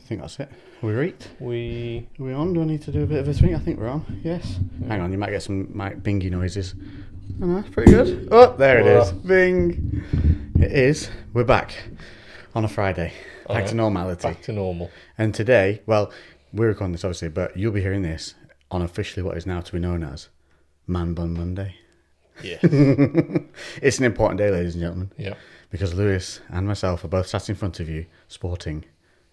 think that's it. We're eight. We Are we on? Do I need to do a bit of a thing? I think we're on. Yes. Hang on, you might get some mic bingy noises. I know, it's pretty good. Oh, there it is. Whoa. Bing. It is. We're back on a Friday. Back Alright. to normality. Oh, back to normal. And today, well, we're recording this obviously, but you'll be hearing this on officially what is now to be known as Man Bun Monday. Yeah. It's an important day, ladies and gentlemen, yeah. because Lewis and myself are both sat in front of you sporting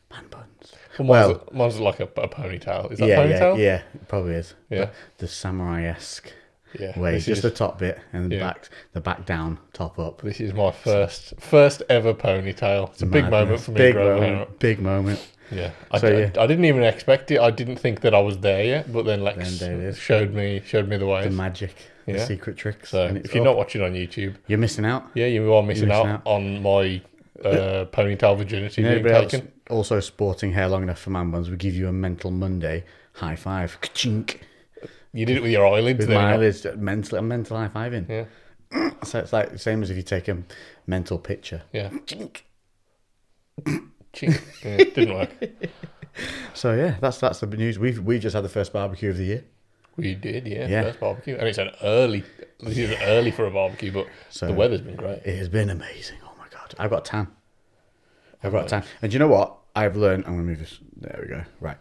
man buns. Well, mine's, Well- mine's like a, a ponytail. Is that yeah, yeah, ponytail? yeah, it probably is. Yeah. The samurai esque Yeah. way, This just is, the top bit and the Yeah. back, the back down, top up. this is my first first ever ponytail. It's a big Madness. moment for me. Big growing my hair moment. Big moment. up. Yeah. I, So, d- yeah. I didn't even expect it. I didn't think that I was there yet, but then Lex Then there it is. showed me showed me the The ways. magic, the Yeah. secret tricks. so and it's if you're up. not watching on YouTube, you're missing out. yeah, you are missing, missing out, out. on my uh, ponytail virginity And being Anybody else taken. also sporting hair long enough for man buns will give you a mental Monday high five. Ka-chink. You did it with your eyelids With there. my eyelids, mental, a mental high fiving. Yeah. So it's like the same as if you take a mental picture. Yeah. Chink. Chink. yeah. Didn't work. So yeah, that's that's the news. We've we just had the first barbecue of the year. We did, yeah. Yeah. First barbecue, and it's an early. This is early for a barbecue, but So- the weather's been great. It has been amazing. Oh my god, Oh. I've got a tan. I've got a tan. And do you know what? I've learned. I'm gonna move this. There we go. Right.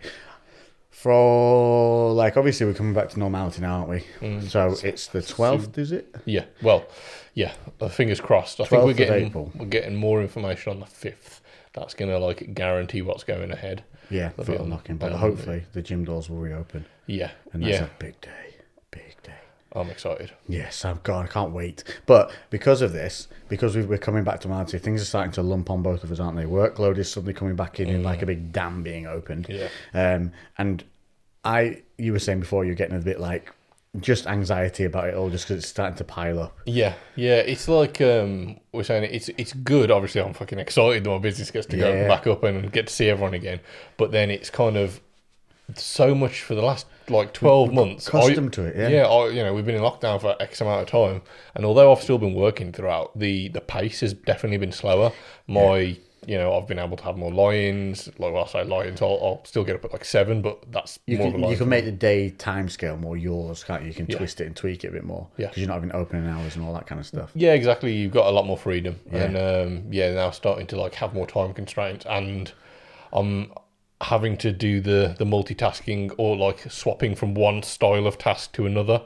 For like, obviously, we're coming back to normality now, aren't we? So it's the 12th, is it? Yeah. Well, yeah. uh, Fingers crossed. I think 12th we're of getting April. we're getting more information on the fifth. That's gonna like guarantee what's going ahead. Yeah, That'll foot be on- unlocking. But on hopefully, the gym doors will reopen, Yeah. and that's Yeah. a big day. Big day. i I'm excited. Yes, I've got. I can't wait. But because of this, because we- we're coming back to normality, things are starting to lump on both of us, aren't they? Workload is suddenly coming back in, in like a big dam being opened. Yeah. Um, and I, you were saying before, you're getting a bit like just anxiety about it all, just because it's starting to pile up. Yeah, yeah, it's like um, we're saying it's it's good. Obviously, I'm fucking excited that my business gets to Yeah. go back up and get to see everyone again. But then it's kind of so much for the last like twelve months. accustomed to it, yeah. yeah. I, you know, we've been in lockdown for X amount of time, and although I've still been working throughout, the the pace has definitely been slower. My You know, I've been able to have more lions. Like well, I say lions, I'll, I'll still get up at like seven, but that's You more of a can, lion. you can for make the day time scale more yours, can't you? You can twist it and tweak it a bit more Yeah. because you're not having opening hours and all that kind of stuff. Yeah, exactly. You've got a lot more freedom, and um, yeah, now starting to like have more time constraints, and I'm having to do the the multitasking or like swapping from one style of task to another,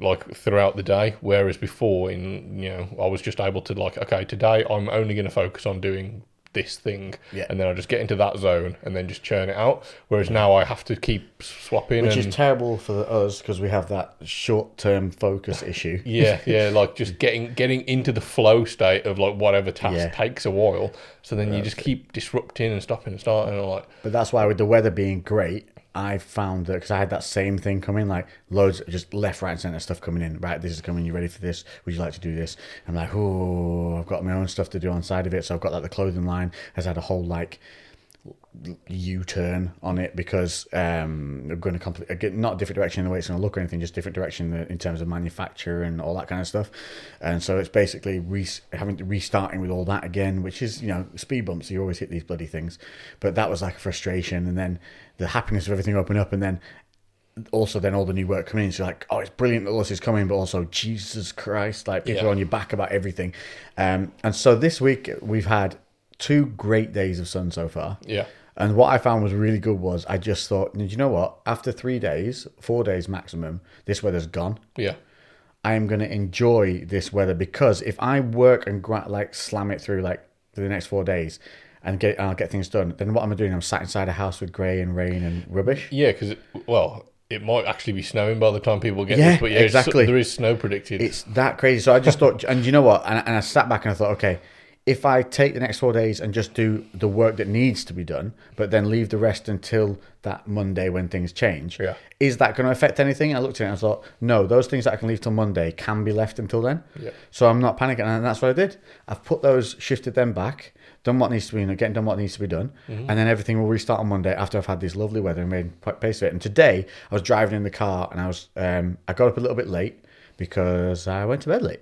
like throughout the day. Whereas before, in you know, I was just able to like, okay, today I'm only going to focus on doing this thing, Yeah. and then I just get into that zone and then just churn it out. Whereas now I have to keep swapping, Which and is terrible for us because we have that short-term focus issue. Yeah, yeah, like just getting getting into the flow state of like whatever task Yeah. takes a while. So then you just keep disrupting and stopping and starting and like But that's why with the weather being great, I found that because I had that same thing coming, like loads of just left, right, and centre stuff coming in. Right, this is coming. You ready for this? Would you like to do this? I'm like, oh, I've got my own stuff to do on side of it. So I've got like the clothing line has had a whole like U-turn on it because um, I'm going to complete again, not a different direction in the way it's going to look or anything, just different direction in the- in terms of manufacture and all that kind of stuff. And so it's basically re- having to restarting with all that again, which is you know speed bumps. You always hit these bloody things, but that was like a frustration. And then the happiness of everything opened up, and then also then all the new work coming in. So you're like, oh, it's brilliant that all this is coming, but also Jesus Christ, like people Yeah. are on your back about everything. Um, and so this week we've had two great days of sun so far. yeah. And what I found was really good was I just thought, "Do you know what? After three days, four days maximum, this weather's gone. Yeah. I am going to enjoy this weather because if I work and gra- like slam it through like for the next four days and get and I'll get things done, then what am I doing? I'm sat inside a house with grey and rain and rubbish. Yeah, because well, it might actually be snowing by the time people get Yeah, this, but yeah, it's- exactly. there is snow predicted. It's that crazy. So I just thought, and you know what? And, and I sat back and I thought, okay, if I take the next four days and just do the work that needs to be done, but then leave the rest until that Monday when things change, Yeah. is that going to affect anything? I looked at it and I thought, no, those things that I can leave till Monday can be left until then. Yeah. So I'm not panicking. And that's what I did. I've put those, shifted them back, done what needs to be done, getting done what needs to be done. Mm-hmm. And then everything will restart on Monday after I've had this lovely weather and made p- pace of it. And today I was driving in the car and I was, um, I got up a little bit late because I went to bed late.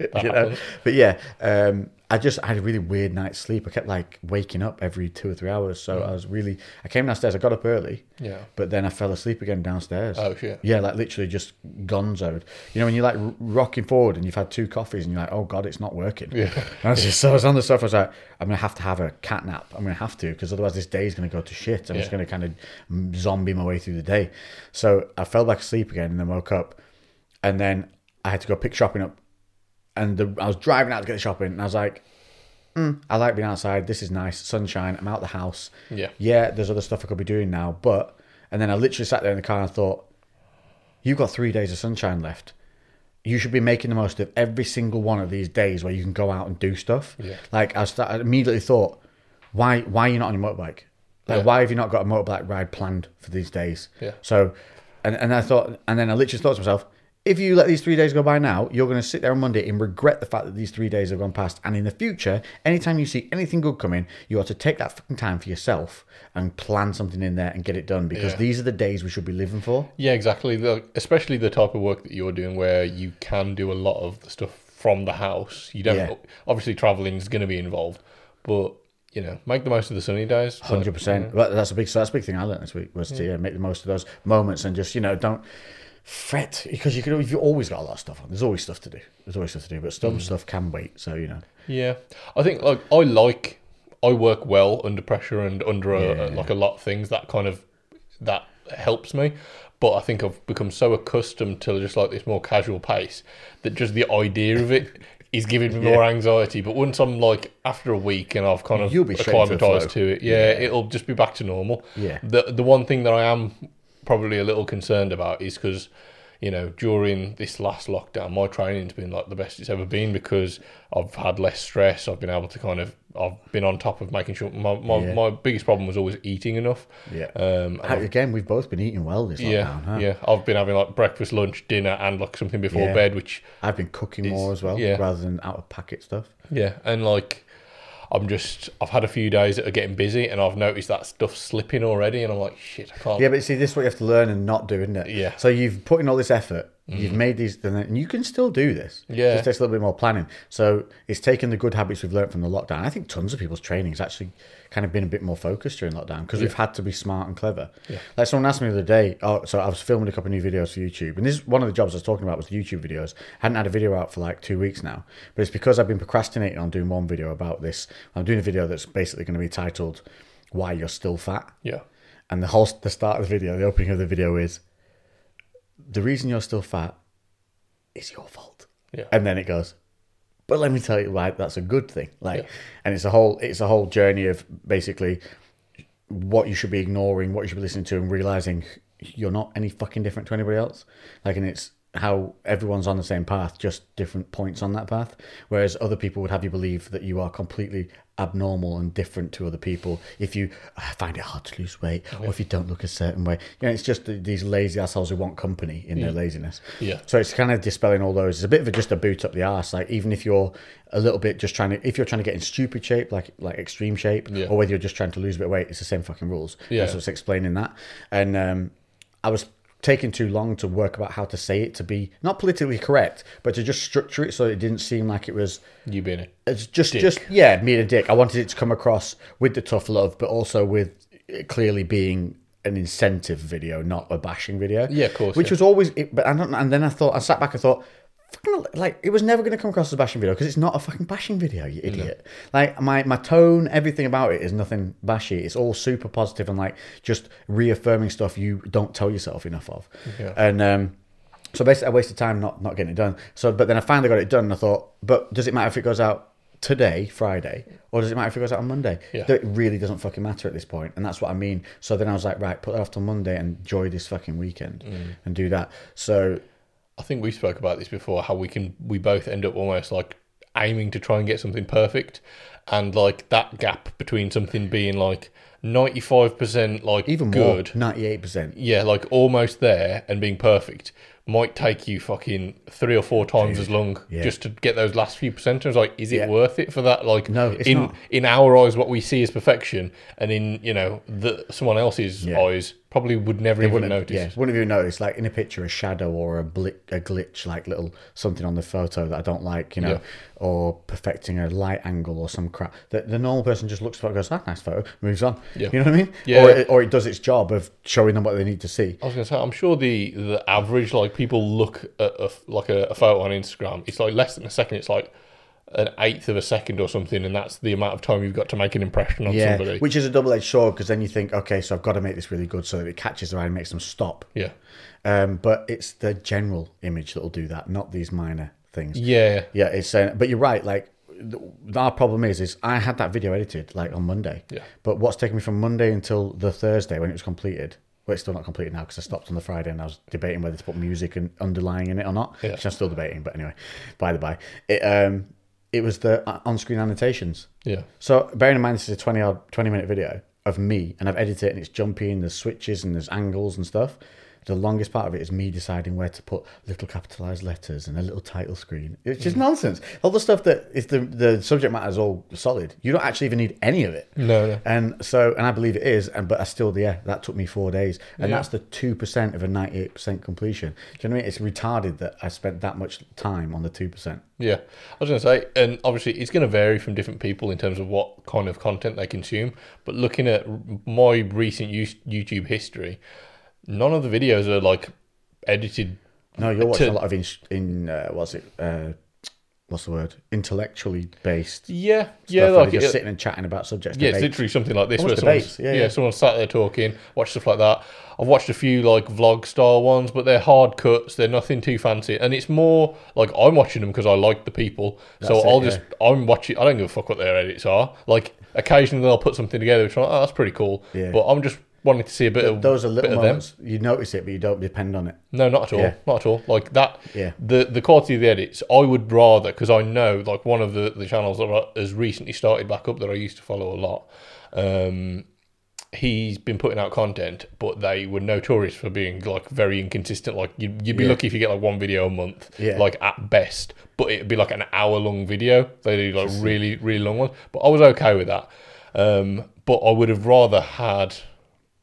You know? happens. But yeah, um, I just I had a really weird night's sleep. I kept like waking up every two or three hours. So Mm. I was really I came downstairs. I got up early, Yeah. but then I fell asleep again downstairs. Oh, shit. Yeah, like literally just gonzoed. You know when you're like r- rocking forward and you've had two coffees and you're like, oh god, it's not working. Yeah. I was just, so I was on the sofa. I was like, I'm gonna have to have a cat nap. I'm gonna have to because otherwise this day is gonna go to shit. I'm just Yeah. gonna kind of zombie my way through the day. So I fell back asleep again and then woke up, and then I had to go pick shopping up. And the, I was driving out to get the shopping, and I was like, I like being outside. This is nice. Sunshine. I'm out the house. Yeah. Yeah, there's other stuff I could be doing now. But, and then I literally sat there in the car and thought, you've got three days of sunshine left. You should be making the most of every single one of these days where you can go out and do stuff. Yeah. Like, I, start, I immediately thought, why, why are you not on your motorbike? Like, Yeah. why have you not got a motorbike ride planned for these days? Yeah. So, and, and I thought, and then I literally thought to myself, if you let these three days go by now, you're going to sit there on Monday and regret the fact that these three days have gone past. And in the future, anytime you see anything good coming, you ought to take that fucking time for yourself and plan something in there and get it done because Yeah. these are the days we should be living for. Yeah, exactly. The, especially the type of work that you're doing, where you can do a lot of the stuff from the house. You don't Yeah. obviously traveling is going to be involved, but you know, make the most of the sunny days. Like, Hundred percent. Well, that's a big. So that's a big thing I learned this week was to yeah, make the most of those moments and just you know don't fret because you can. You've always got a lot of stuff on. There's always stuff to do. There's always stuff to do, but Mm. some stuff can wait. So you know. Yeah, I think like I like I work well under pressure and under a, Yeah. like a lot of things that kind of that helps me. But I think I've become so accustomed to just like this more casual pace that just the idea of it is giving me more anxiety. But once I'm like after a week and I've kind of You'll be straight into the acclimatized flow. to it, yeah, it'll just be back to normal. Yeah. The the one thing that I am probably a little concerned about is because you know during this last lockdown, my training's been like the best it's ever been because I've had less stress. I've been able to kind of I've been on top of making sure my my, Yeah. my biggest problem was always eating enough. Yeah. Um. and How- Uh, Again, we've both been eating well this lockdown. yeah, huh? yeah. I've been having like breakfast, lunch, dinner, and like something before Yeah. bed, which I've been cooking more as well yeah. rather than out of packet stuff. Yeah, and like I'm just I've had a few days that are getting busy, and I've noticed that stuff slipping already, and I'm like, shit, I can't. Yeah, but see, this is what you have to learn and not do, isn't it? Yeah. Mm-hmm. So you've put in all this effort, you've made these, and then- and you can still do this. Yeah. Just takes a little bit more planning. So it's taken the good habits we've learned from the lockdown. I think tons of people's training has actually kind of been a bit more focused during lockdown because we've had to be smart and clever. Yeah. Like someone asked me the other day, oh, so I was filming a couple of new videos for YouTube, and this is one of the jobs I was talking about was YouTube videos. hadn't had a video out for like two weeks now, but it's because I've been procrastinating on doing one video about this. I'm doing a video that's basically going to be titled "Why You're Still Fat." Yeah, And the whole the start of the video, the opening of the video is the reason you're still fat is your fault. Yeah. And then it goes, but let me tell you why that's a good thing. Like, and it's a whole it's a whole journey of basically what you should be ignoring, what you should be listening to, and realizing you're not any fucking different to anybody else. Like, and it's how everyone's on the same path, just different points on that path. Whereas other people would have you believe that you are completely abnormal and different to other people if you "I find it hard to lose weight or if you don't look a certain way. You know, it's just th- these lazy assholes who want company in their laziness. Yeah. So it's kind of dispelling all those. It's a bit of a, just a boot up the arse. Like even if you're a little bit just trying to, if you're trying to get in stupid shape, like like extreme shape, Yeah. or whether you're just trying to lose a bit of weight, it's the same fucking rules. Yeah. Yeah. So it's explaining that. And um, I was taking too long to work about how to say it to be not politically correct, but to just structure it so it didn't seem like it was you being it. it's just, just yeah, me and a dick. I wanted it to come across with the tough love, but also with it clearly being an incentive video, not a bashing video. Yeah, of course, Which yeah. was always, it, but I don't. And then I thought, I sat back and thought, fucking, like it was never going to come across as a bashing video because it's not a fucking bashing video, you idiot. Like my my tone, everything about it is nothing bashy. It's all super positive and like just reaffirming stuff you don't tell yourself enough of. Yeah. And um, so basically, I wasted time not not getting it done. So, but then I finally got it done, and I thought, but does it matter if it goes out today, Friday, or does it matter if it goes out on Monday? Yeah. It really doesn't fucking matter at this point, and that's what I mean. So then I was like, right, put that off till Monday and enjoy this fucking weekend Mm. and do that. So I think we spoke about this before. How we can we both end up almost like aiming to try and get something perfect, and like that gap between something being like ninety five percent like Even more, good, ninety-eight percent. yeah, like almost there and being perfect might take you fucking three or four times as long Yeah. just to get those last few percenters. Like, is it Yeah. worth it for that? Like, No, it's in not. in our eyes, what we see is perfection, and in you know the someone else's Yeah. eyes probably would never even Wouldn't have, notice. yeah, wouldn't have even noticed. Like in a picture, a shadow or a, bli- a glitch, like little something on the photo that I don't like, you know, Yeah. or perfecting a light angle or some crap. That the normal person just looks at it and goes, "Ah, nice photo," moves on. Yeah. You know what I mean? Yeah. Or it, or it does its job of showing them what they need to see. I was gonna say, I'm sure the the average like people look at a, like a, a photo on Instagram. It's like less than a second. It's like an eighth of a second or something, and that's the amount of time you've got to make an impression on Yeah, somebody. which is a double-edged sword because then you think, okay, so I've got to make this really good so that it catches their eye and makes them stop. yeah, Um, but it's the general image that will do that, not these minor things. yeah, Yeah, it's saying, but you're right. Like, th- our problem is, is I had that video edited like on Monday. Yeah. But what's taken me from Monday until the Thursday when it was completed? Well, it's still not completed now because I stopped on the Friday and I was debating whether to put music and underlying in it or not. Yeah. Which I'm still debating, but anyway, by the by, it um, it was the uh, on-screen annotations. yeah. So bearing in mind this is a 20 odd 20 minute video of me and I've edited it and it's jumpy and there's switches and there's angles and stuff. The longest part of it is me deciding where to put little capitalized letters and a little title screen. It's just nonsense. All the stuff that is the, the subject matter is all solid. You don't actually even need any of it. No, no. And so, and I believe it is, and but I still, yeah, that took me four days, and Yeah. that's the two percent of a ninety-eight percent completion. Do you know what I mean? It's retarded that I spent that much time on the two percent. Yeah, I was going to say, and obviously it's going to vary from different people in terms of what kind of content they consume. But looking at r- my recent Yous- YouTube history, none of the videos are like edited. No, you're watching to- a lot of in, in uh, what's it? Uh, what's the word? Intellectually based. Yeah, yeah, stuff where like they're just it- uh, sitting and chatting about subjects. Yeah, debate. it's literally something like this Almost where someone's, debates, yeah, yeah, yeah. someone's sat there talking, watch stuff like that. I've watched a few like vlog style ones, but they're hard cuts. They're nothing too fancy, and it's more like I'm watching them because I like the people. so That's it, I'll just I'm watching. I don't give a fuck what their edits are. Like occasionally they'll put something together, which I'm like, oh, that's pretty cool. Yeah. But I'm just wanting to see a bit of Those are bit little of them. moments you notice it, but you don't depend on it. No, not at all. Yeah. Not at all. Like that. Yeah. The the quality of the edits, I would rather because I know like one of the the channels that I- has recently started back up that I used to follow a lot. Um, he's been putting out content, but they were notorious for being like very inconsistent. Like you'd, you'd be Yeah. lucky if you get like one video a month, Yeah. like at best. But it'd be like an hour long video. They do like really really long ones. But I was okay with that. Um, but I would have rather had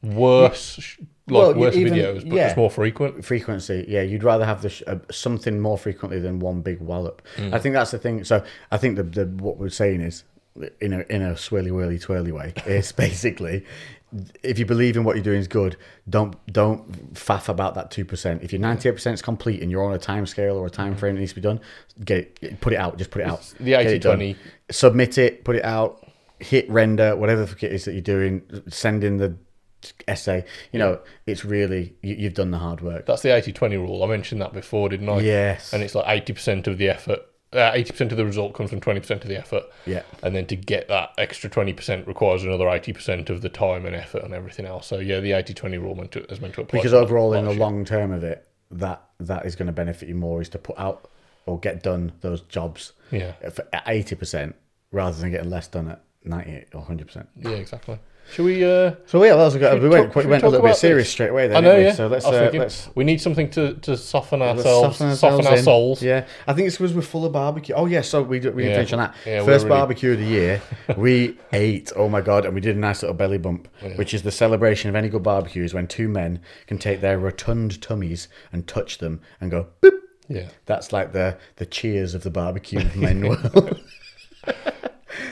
worse. sh Like Well, you- worse even- videos, but yeah. just more frequent. Frequency, yeah, you'd rather have the sh- uh, something more frequently than one big wallop. I think that's the thing. So I think the, the what we're saying is, in a in a swirly whirly twirly way, is basically. If you believe in what you're doing is good, don't don't faff about that two percent. If your ninety eight percent is complete and you're on a time scale or a time frame that needs to be done, get it, put it out. Just put it out. the Get it done. 80/20. Submit it. Put it out. Hit render. Whatever the fuck it is that you're doing, send in the essay. You know, it's really you, you've done the hard work. That's the 80 20 rule. I mentioned that before, didn't I? Yes. And it's like 80% of the effort, uh, 80% of the result comes from 20% of the effort. Yeah. And then to get that extra 20% requires another 80% of the time and effort and everything else. So, yeah, the 80 20 rule meant to, is meant to apply. because to overall, that in the shit. long term of it, that that is going to benefit you more is to put out or get done those jobs Yeah. for eighty percent rather than getting less done at ninety eight or hundred percent. Yeah, exactly. Should we. Uh, So yeah, that was a good. We we went, talk- quite- should we went a talk little bit about serious this? straight away. Then, I know, didn't we? yeah. So let's I was uh, thinking, let's. we need something to, to soften let's ourselves, soften, our in. souls. Yeah, I think it's because we're full of barbecue. Oh yeah, so we do- we Yeah. didn't finish on that Yeah, we're first really- barbecue of the year. we ate. Oh my god, and we did a nice little belly bump, which is the celebration of any good barbecue is when two men can take their rotund tummies and touch them and go boop. Yeah. That's like the the cheers of the barbecue men world.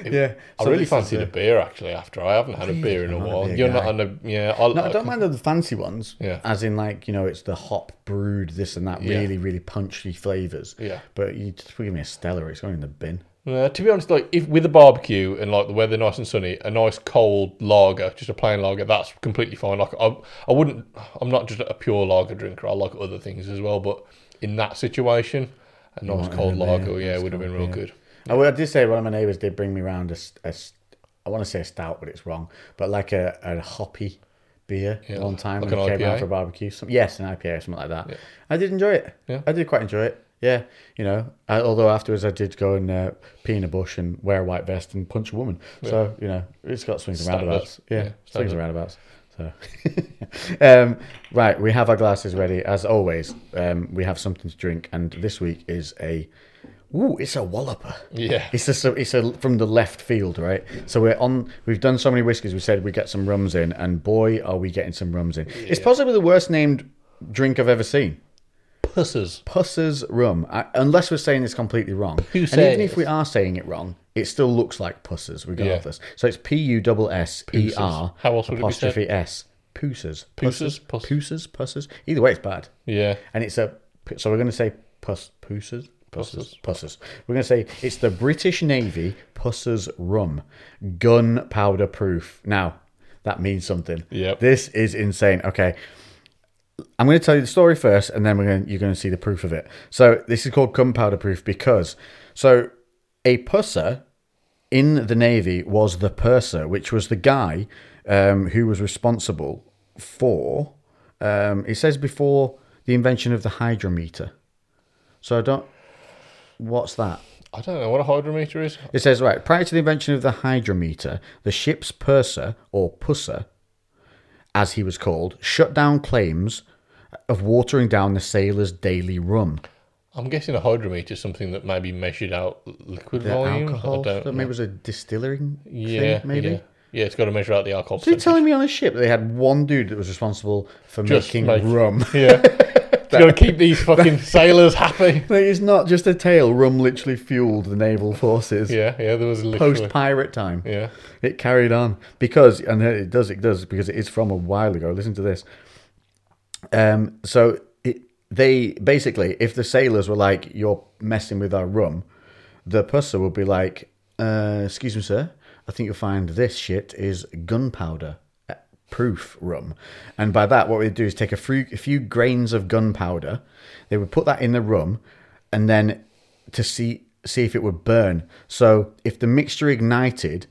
yeah, I so really this fancied is, Oh, a beer actually. After I haven't had a beer in a I'm not a while. beer You're guy. not on a yeah. I'll, No, I don't mind the fancy ones. Yeah. As in, like you know, it's the hop brewed this and that, Yeah. really, really punchy flavors. Yeah. But you just give me a Stella, it's going in the bin. Uh, to be honest, like if with a barbecue and like the weather nice and sunny, a nice cold lager, just a plain lager, that's completely fine. Like I, I wouldn't. I'm not just a pure lager drinker. I like other things as well. But in that situation, a nice want cold a beer, lager, yeah, nice would have cold been real beer. good. I, well, I did say one of my neighbors did bring me round a, s- a s- I want to say a stout, but it's wrong. But like a, a hoppy beer Yeah, one time like when an I came IPA? round for a barbecue. Some, yes, an IPA, something like that. I did enjoy it. Yeah. I did quite enjoy it. yeah, you know. I, although afterwards I did go and uh, pee in a bush and wear a white vest and punch a woman. So you know, it's got swings and Standard. roundabouts. Yeah, Yeah, swings standard. and roundabouts. So, um, right, we have our glasses ready as always. Um, we have something to drink, and this week is a. Ooh, it's a walloper. Yeah. It's just a, it's a, from the left field, right? So we're on. We've done so many whiskies. We said we get some rums in, and boy, are we getting some rums in. It's possibly the worst named drink I've ever seen. Pusses. Pusser's rum. I, unless we're saying this completely wrong. Who and says? even if we are saying it wrong, it still looks like Pusser's regardless. So it's P U S S E R How else would it be said? apostrophe S. Poosers. Poosers? Pus- Poosers. Pussers. Either way, it's bad. Yeah. And it's a. So we're going to say pus, Poosers. Pussers. Pussers. Pussers. We're going to say it's the British Navy Pussers Rum, gunpowder proof. Now, that means something. Yep. This is insane. Okay. I'm going to tell you the story first, and then we're going to, you're going to see the proof of it. So this is called gunpowder proof because so a pusser in the navy was the purser, which was the guy um, who was responsible for. Um, it says before the invention of the hydrometer. So I don't. What's that? I don't know what a hydrometer is. It says, right, prior to the invention of the hydrometer, the ship's purser, or pusser, as he was called, shut down claims of watering down the sailors' daily rum. I'm guessing a hydrometer is something that maybe measured out l- liquid The volume. alcohol, I don't stuff, maybe it was a distilling yeah, thing, maybe? Yeah. Yeah, it's got to measure out the alcohol. They're percentage. telling me on a ship that they had one dude that was responsible for Just making make- rum. Yeah. got to keep these fucking sailors happy. Like, it's not just a tale. Rum literally fueled the naval forces Yeah, yeah, there was literally. post pirate time. yeah. It carried on because, and it does, it does, because it is from a while ago. Listen to this. Um, so it, they basically, if the sailors were like, "You're messing with our rum," the purser would be like, uh, "Excuse me, sir, I think you'll find this shit is gunpowder." uh, Proof rum, and by that, what we'd do is take a few, a few grains of gunpowder. They would put that in the rum, and then to see see if it would burn. So if the mixture ignited,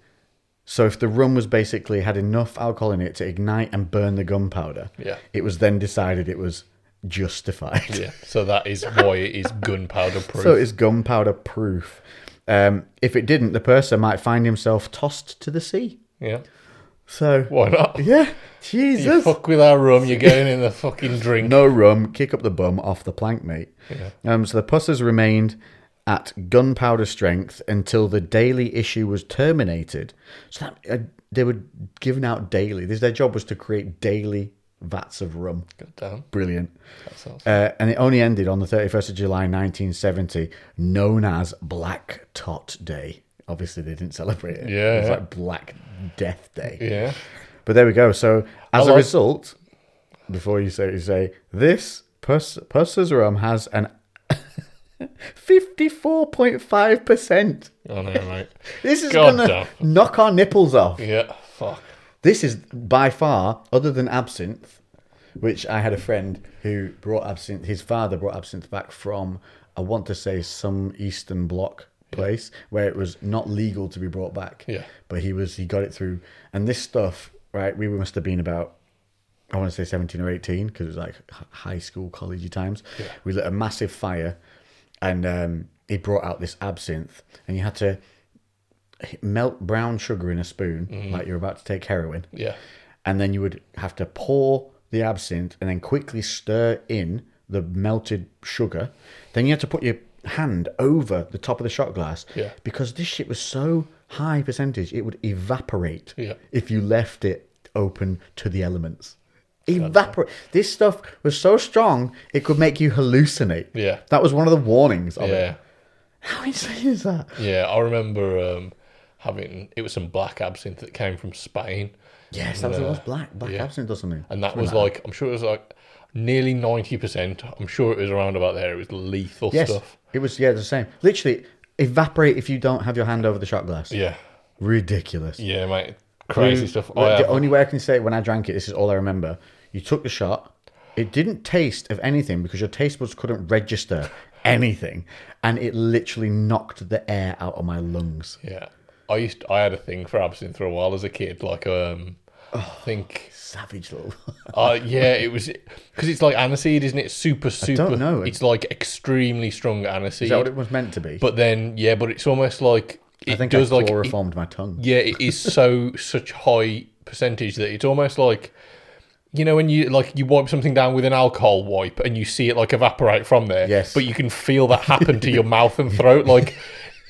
so if the rum was basically had enough alcohol in it to ignite and burn the gunpowder, Yeah. it was then decided it was justified. Yeah. So that is why it is gunpowder proof. So it's gunpowder proof. Um, if it didn't, the person might find himself tossed to the sea. yeah. So Why not? yeah, You Jesus. fuck with our rum, you're going in the fucking drink. No rum, kick up the bum off the plank, mate. Um, so the pussers remained at gunpowder strength until the daily issue was terminated. So that, uh, they were given out daily. This, their job was to create daily vats of rum. God damn. Brilliant. That's awesome. Uh, and it only ended on the 31st of July 1970, known as Black Tot Day. Obviously, they didn't celebrate it. It was Yeah. like Black Death Day. Yeah. But there we go. So as a like- result, before you say you say this pus pusser's rum has an fifty four point five percent. I know, mate. This is God gonna damn. knock our nipples off. Yeah. Fuck. This is by far, other than absinthe, which I had a friend who brought absinthe. His father brought absinthe back from I want to say some Eastern Bloc place where it was not legal to be brought back. Yeah. but he was he got it through. And this stuff, right? We must have been about I want to say 17 or 18 because it was like h- high school, collegey times. We lit a massive fire and um, he brought out this absinthe and you had to h- melt brown sugar in a spoon like you're about to take heroin. Yeah. And then you would have to pour the absinthe and then quickly stir in the melted sugar. Then you had to put your hand over the top of the shot glass Yeah. because this shit was so high percentage it would evaporate Yeah. if you left it open to the elements. Evaporate. This stuff was so strong it could make you hallucinate. Yeah. That was one of the warnings of it. Yeah. How insane is that? Yeah. I remember um, having, it was some black absinthe that came from Spain. Yes, that was, it was black. Black yeah. absinthe or something. And that was like, I'm sure it was like nearly 90%. I'm sure it was around about there. It was lethal Yes, stuff. it was. Yeah, the same. Literally, evaporate if you don't have your hand over the shot glass. Yeah. Ridiculous. Yeah, mate. Crazy stuff. Oh, I Like, the have- only way I can say it when I drank it, this is all I remember. You took the shot. It didn't taste of anything because your taste buds couldn't register anything, and it literally knocked the air out of my lungs. yeah. I used I had a thing for absinthe for a while as a kid. Like um Oh. I think. Savage little. Uh, yeah, it was because it's like aniseed, isn't it? Super, super. don't know. It's like extremely strong Is that what aniseed. it was meant to be? But then, yeah, but it's almost like it I think does I like it- chloroformed my tongue. yeah, it is so such high percentage that it's almost like you know when you like you wipe something down with an alcohol wipe and you see it like evaporate from there. Yes. But you can feel that happen to your mouth and throat like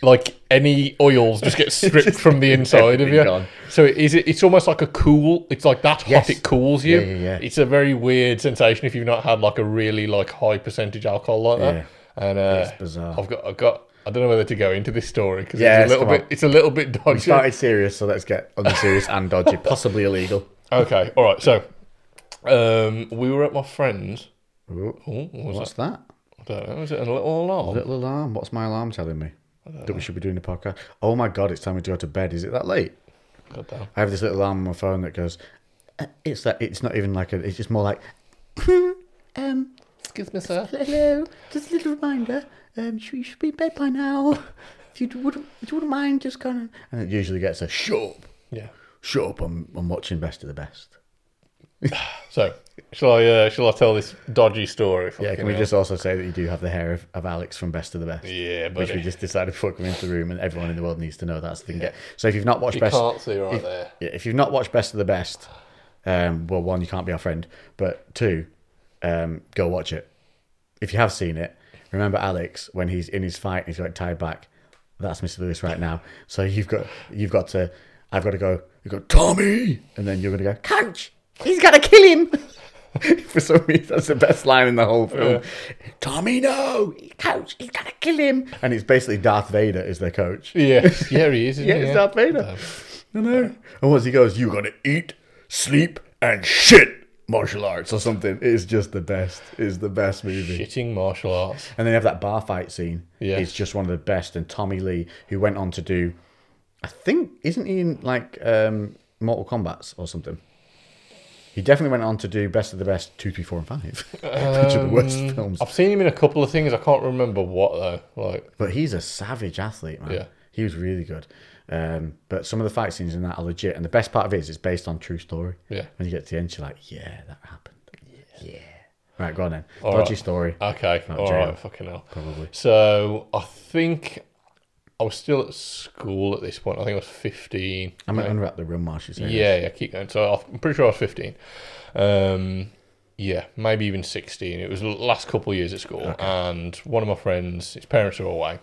like any oils just get stripped from the inside of everything you. gone. So it is it's almost like a cool it's like that hot Yes. it cools you. Yeah, yeah, yeah. It's a very weird sensation if you've not had like a really like high percentage alcohol like that. Yeah. And uh, It's bizarre. I've got I've got I don't know whether to go into this story because Yes, it's a little come on. bit it's a little bit dodgy. We started serious, so let's get unserious and dodgy, possibly illegal. Okay, all right. So, um, we were at my friend's. Ooh, Oh, what was what's that? that? I don't know. Was it a little alarm? Little alarm. What's my alarm telling me? That we should be doing the podcast. Oh my god, it's time to go to bed. Is it that late? God damn. I have this little alarm on my phone that goes. "Uh, It's that. It's not even like a. It's just more like. um. Excuse me, sir. Hello. Just a little reminder. Um. You should- you should be in bed by now. If you wouldn't, if you wouldn't mind just kind of. And it usually gets a shut up. Yeah. Shut up. I'm. I'm watching Best of the Best. So, shall I? Uh, shall I tell this dodgy story? Yeah. Fucking Can we hell. just also say that you do have the hair of, of Alex from Best of the Best? Yeah, Which we buddy. just decided before coming into the room, and everyone in the world needs to know that's the thing. So if you've not watched You Best, can't see right if, there. yeah, if you've not watched Best of the Best, um, well, one, you can't be our friend, but two, um, go watch it. If you have seen it, remember Alex when he's in his fight, he's like tied back. That's Mr. Lewis right now. So you've got you've got to. I've got to go. You go, Tommy, and then you're going to go, Couch. He's going to kill him. For some reason, that's the best line in the whole film. Tommy, no, Couch. He's going to kill him. And it's basically Darth Vader is their coach. Yeah. Yeah, he is. Isn't Yeah, he? it's Darth Vader. I know. And once he goes, you're going to eat, sleep, and shit martial arts or something. It's just the best. It's the best movie. Shitting martial arts. And then you have that bar fight scene. Yeah. It's just one of the best. And Tommy Lee, who went on to do, I think, isn't he in like um, Mortal Kombat's or something? He definitely went on to do Best of the Best 2, 3, 4, and 5, which are the worst films. I've seen him in a couple of things. I can't remember what though. Like, But he's a savage athlete, man. Yeah. He was really good. Um, but some of the fight scenes in that are legit. And the best part of it is it's based on true story. Yeah. When you get to the end, you're like, yeah, that happened. Yeah. Right, go on then. All Dodgy right. story. okay, all right, jail. fucking hell. Probably. So, I think I was still at school at this point. I think I was fifteen. I'm going to unwrap the room while she's here. Yeah, yeah, keep going. So I'm pretty sure I was 15. Um, yeah, maybe even 16. It was the last couple of years at school, and one of my friends, his parents are away.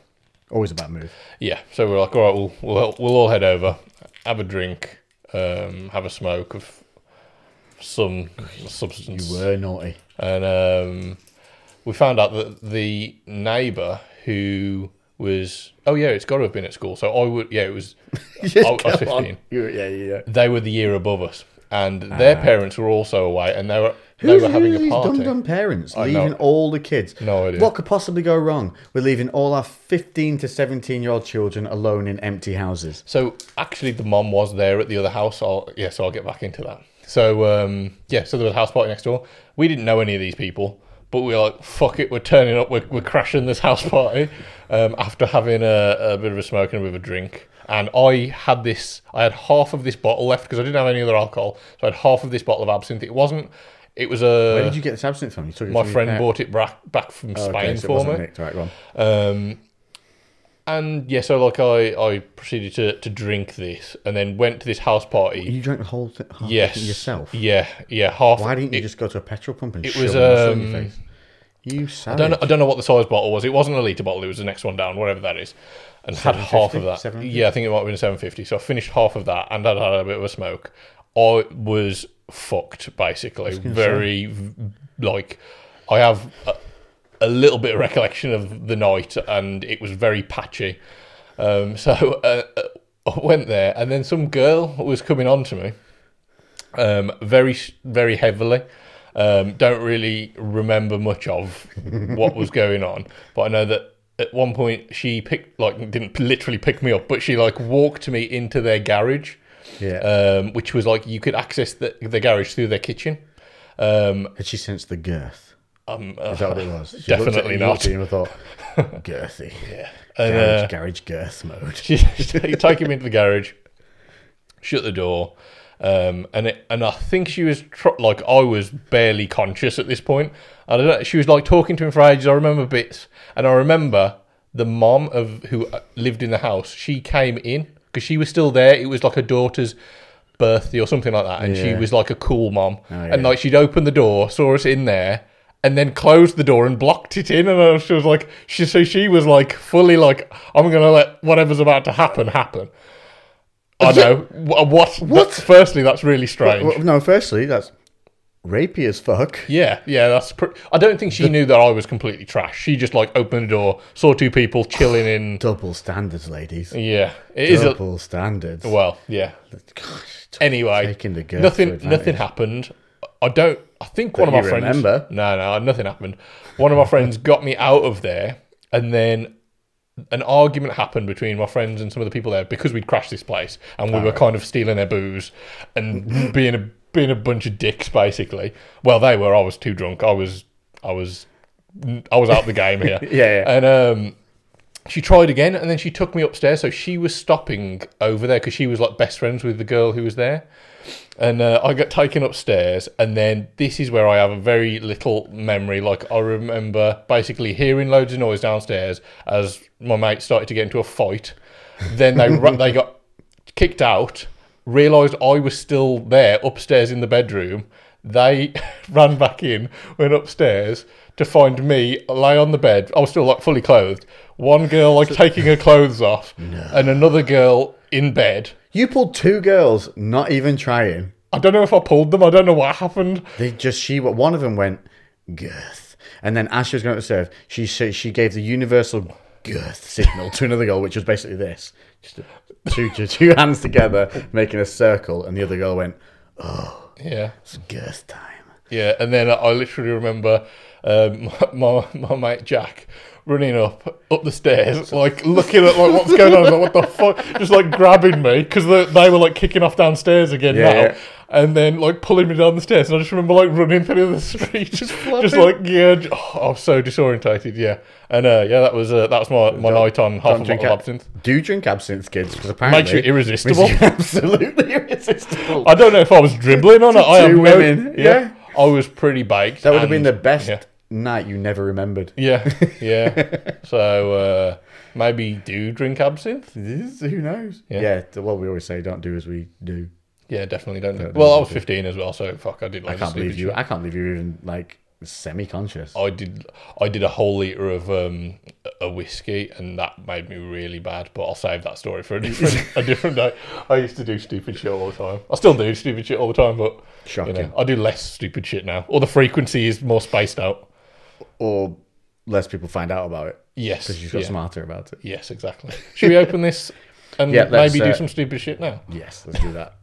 Always a bad move. Yeah, so we're like, all right, we'll we'll, we'll all head over, have a drink, um, have a smoke of some substance, You were naughty. and um, we found out that the neighbour who was oh yeah, it's got to have been at school. So I would yeah, it was I was Come on. 15 You were- yeah, yeah, yeah. they were the year above us, and Ah. their parents were also away, and they were they were having a these party. dumb dumb parents know. leaving all the kids? No idea. What could possibly go wrong with leaving all our 15 to 17 year old children alone in empty houses? So actually, the mom was there at the other house. I'll, yeah, so I'll get back into that. So um, yeah, so there was a house party next door. We didn't know any of these people, but we were like, "Fuck it, we're turning up. We're, we're crashing this house party." Um, after having a, a bit of a smoke and a bit of a drink, and I had this. I had half of this bottle left because I didn't have any other alcohol, so I had half of this bottle of absinthe. It wasn't. It was a. Where did you get this absinthe from? You took it Uh, My from your friend parents? bought it back, back from Spain Okay, so it for wasn't me. nicked. Right, go on. Um, and yeah, so like I, I proceeded to, to drink this and then went to this house party. You drank the whole thing half the Yes. thing yourself. Yeah, yeah, half. Why didn't you it- just go to a petrol pump and it shove was, a muscle in your um, face? You savage. I don't, know, I don't know what the size bottle was. It wasn't a litre bottle, it was the next one down, whatever that is. And had half of 750? that. 750? Yeah, I think it might have been 750. So I finished half of that and I'd had a bit of a smoke. I was fucked, basically. Very, v- like, I have a, a little bit of recollection of the night and it was very patchy. Um, so uh, uh, I went there and then some girl was coming on to me um, very very heavily. Um, don't really remember much of what was going on, but I know that at one point she picked like didn't literally pick me up, but she like walked me into their garage, Yeah. um, which was like you could access the, the garage through their kitchen. Um, Had she sensed the girth? um, Is that what it was? She looked at definitely you, not. looked at you and thought, girthy. yeah. And, Garage, uh, garage girth mode. she, she take him into the garage, shut the door, Um, and it, and I think she was tr- like I was barely conscious at this point. I don't know. She was like talking to him for ages. I remember bits, and I remember the mom of who uh, lived in the house. She came in because she was still there. It was like her daughter's birthday or something like that, and she Yeah. Oh, was like a cool mom. And yeah. like she'd open the door, saw us in there. And then closed the door and blocked it in, and I was- she was like, she so she was like fully like, I'm gonna let whatever's about to happen happen. I know. What? uh, What? What? that- firstly, that's really strange. Well, no, firstly, that's rapey as fuck. yeah, yeah, that's. Pr- I don't think she knew that I was completely trash. She just like opened the door, saw two people chilling in. Double standards, ladies. Yeah, it is. A, Double standards. well, yeah. Gosh, t- Anyway, Taking the girth to nothing. advantage. Nothing happened. I don't. I think one of my you friends. remember. No, no, nothing happened. One of my friends got me out of there, and then an argument happened between my friends and some of the people there because we'd crashed this place and Oh. we were kind of stealing their booze and being a being a bunch of dicks basically. Well, they were. I was too drunk. I was. I was. I was out the game here. Yeah, yeah. And um, she tried again, and then she took me upstairs. So she was stopping over there because she was like best friends with the girl who was there. And uh, I got taken upstairs, and then this is where I have a very little memory. Like I remember basically hearing loads of noise downstairs as my mate started to get into a fight. Then they ru- they got kicked out. Realised I was still there upstairs in the bedroom. They ran back in, went upstairs to find me lay on the bed. I was still like fully clothed. One girl like taking her clothes off, and another girl in bed. You pulled two girls, not even trying. I don't know if I pulled them. I don't know what happened. They just she one of them went girth, and then as she was going to serve, she sa- she gave the universal girth signal to another girl, which was basically this: just two two, two hands together making a circle, and the other girl went Yeah, it's girth time. yeah. And then I literally remember um, my, my mate Jack running up up the stairs, like looking at like what's going on, like, what the fuck, just like grabbing me because they, they were like kicking off downstairs again Yeah, now. yeah. And then like pulling me down the stairs, and I just remember like running through the street, just, flapping. like yeah, j- oh, I was so disorientated, yeah. And uh, yeah, that was uh, that was my, my night on half a drink bottle ab- of absinthe. Do drink absinthe, kids, because apparently Makes you irresistible. absolutely irresistible. I don't know if I was dribbling or not. I have two no- women, yeah. I was pretty baked. that would have been and- the best yeah. night you never remembered. Yeah, yeah. so uh, maybe do drink absinthe. Who knows? Yeah. Yeah, th- what we always say, don't do as we do. Yeah, definitely don't. do- well, I was 15 as well, so fuck, I did. Like I can't believe you. I can't believe you're even like semi-conscious. I did. I did a whole liter of um, a whiskey, and that made me really bad. But I'll save that story for a different a different day. I used to do stupid shit all the time. I still do stupid shit all the time, but you Shocking. know, I do less stupid shit now, or the frequency is more spaced out. or less people find out about it Yes, because you got yeah. smarter about it. Yes, exactly. Should we open this and Yeah, let's, maybe uh, do some stupid shit now? Yes, let's do that.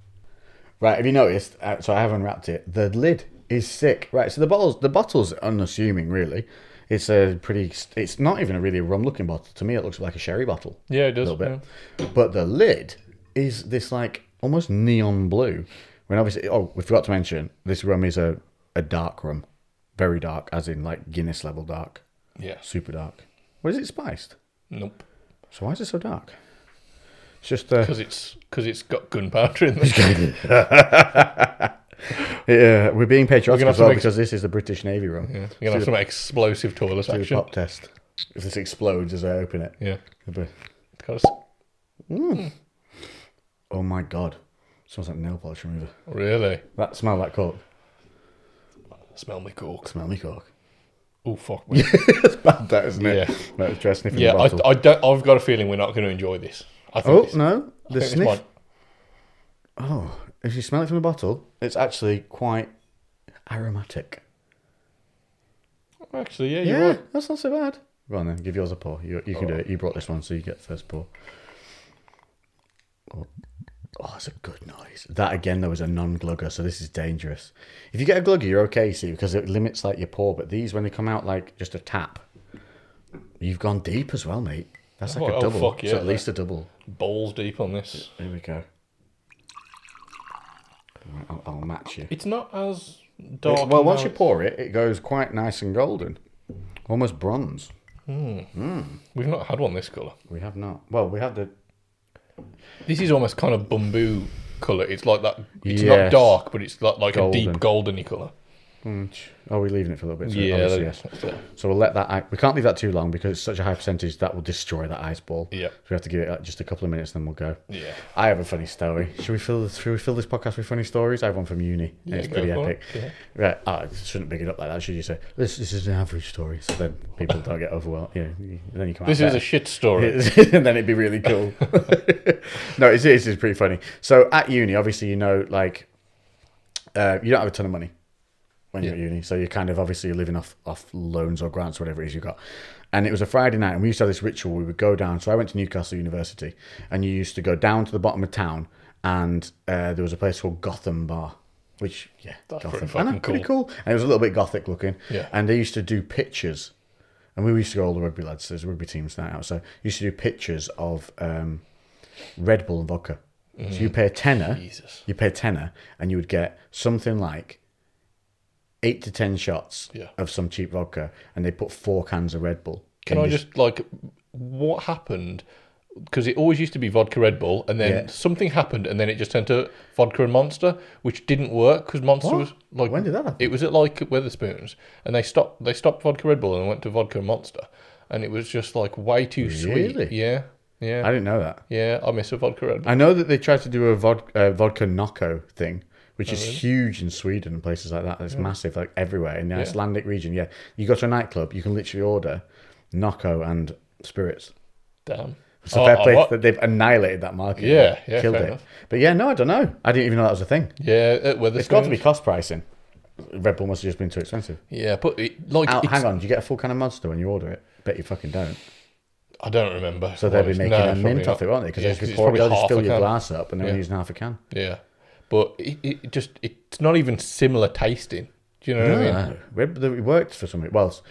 right, have you noticed? Uh, so I have unwrapped it. The lid is sick. Right, so the bottles, the bottle's unassuming, really. It's a pretty. It's not even a really rum-looking bottle. To me, it looks like a sherry bottle. Yeah, it does. little bit. But the lid is this like almost neon blue. When obviously, oh, we forgot to mention this rum is a, a dark rum, very dark, as in like Guinness level dark, Yeah. super dark. What is it spiced? Nope. So why is it so dark? It's just uh, Because it's because it's got gunpowder in there. yeah, uh, we're being patriotic gonna have as to well make- because this is the British Navy rum. You're gonna have some explosive toilet Do a action. pop test. If this explodes as I open it, Yeah. it'll be- It's got a s- oh my god, smells like nail polish remover. Really? That smell like cork. Smell me cork. Smell me cork. Oh fuck. Me. That's bad, that isn't it? Yeah. That was dressed sniffing yeah. the I, bottle. I don't. I've got a feeling we're not going to enjoy this. I think. Oh this- no, I the think this sniff. might- Oh, if you smell it from the bottle, it's actually quite aromatic. Actually, yeah. You're Yeah, right. that's not so bad. Go on then, give yours a pour. You, you Oh. can do it. You brought this one, so you get first pour. Oh, oh that's a good noise. That again, though, is a non-glugger, so this is dangerous. If you get a glugger, you're okay, see, because it limits like your pour. But these, when they come out like just a tap, you've gone deep as well, mate. That's like Oh, a oh, double, fuck yeah. so at least a double. Balls deep on this. Here we go. Right, I'll, I'll match you. It's not as dark. It- well, now. once you pour it, it goes quite nice and golden, almost bronze. we've not had one this color. We have not. Well, we have the This is almost kind of bamboo color. It's like that. It's Yes. not dark, but it's like, like a deep goldeny color. hmm, Are we oh, leaving it for a little bit? So Yeah, obviously, that- yes. that's it. So we'll let that. i- We can't leave that too long because it's such a high percentage that will destroy that ice ball. Yeah. So we have to give it like, just a couple of minutes, then we'll go. Yeah. I have a funny story. Should we fill this? Should we fill this podcast with funny stories? I have one from uni. and Yeah, it's go pretty for epic. it, yeah. Right. Oh, I shouldn't big it up like that. Should you say this? This is an average story. So then people don't get overwhelmed. Yeah. you- Then you come. This out is a better. shit story. and then it'd be really cool. no, it's, it's it's pretty funny. So at uni, obviously, you know, like uh, you don't have a ton of money when you're at uni, so you're kind of obviously you're living off off loans or grants, whatever it is you got. And it was a Friday night, and we used to have this ritual. We would go down. So I went to Newcastle University, and you used to go down to the bottom of town, and uh, there was a place called Gotham Bar, which yeah, That's Gotham. pretty I know, fucking pretty cool. And it was a little bit gothic looking. Yeah. And they used to do pictures and we used to go all the rugby lads. There's a rugby teams night out, so used to do pictures of um, Red Bull and vodka. So Mm. you pay a tenner, Jesus. you pay a tenner, and you would get something like eight to ten shots Yeah. of some cheap vodka, and they put four cans of Red Bull. Can in I this- just like what happened? Because it always used to be vodka Red Bull, and then Yeah. something happened, and then it just turned to vodka and Monster, which didn't work because Monster What? was like When did that happen? It was at like Weatherspoons, and they stopped they stopped vodka Red Bull and went to vodka and Monster, and it was just like way too sweet. Really? Yeah, yeah, I didn't know that. yeah. I miss a vodka Red Bull. I know that they tried to do a vodka, uh, vodka Nocco thing, which Oh, is huge in Sweden and places like that. It's massive, like everywhere in the Icelandic region. Yeah, you go to a nightclub, you can literally order Nocco and spirits. Damn. It's a Oh, fair oh, play what? that they've annihilated that market. Yeah, yeah, killed fair it. enough. But yeah, no, I don't know. I didn't even know that was a thing. Yeah, at It's got Weatherspoons. to be cost pricing. Red Bull must have just been too expensive. Yeah, but it, like, Out, it's- hang on, do you get a full can of Monster when you order it? Bet you fucking don't. I don't remember. So they'll be making a mint off it, won't they? Because they could pour it, they'll just fill your glass up and then Yeah. using half a can. Yeah, but it, it it just it's not even similar tasting. Do you know what I mean? No, Red Bull, it worked for something. Well, s-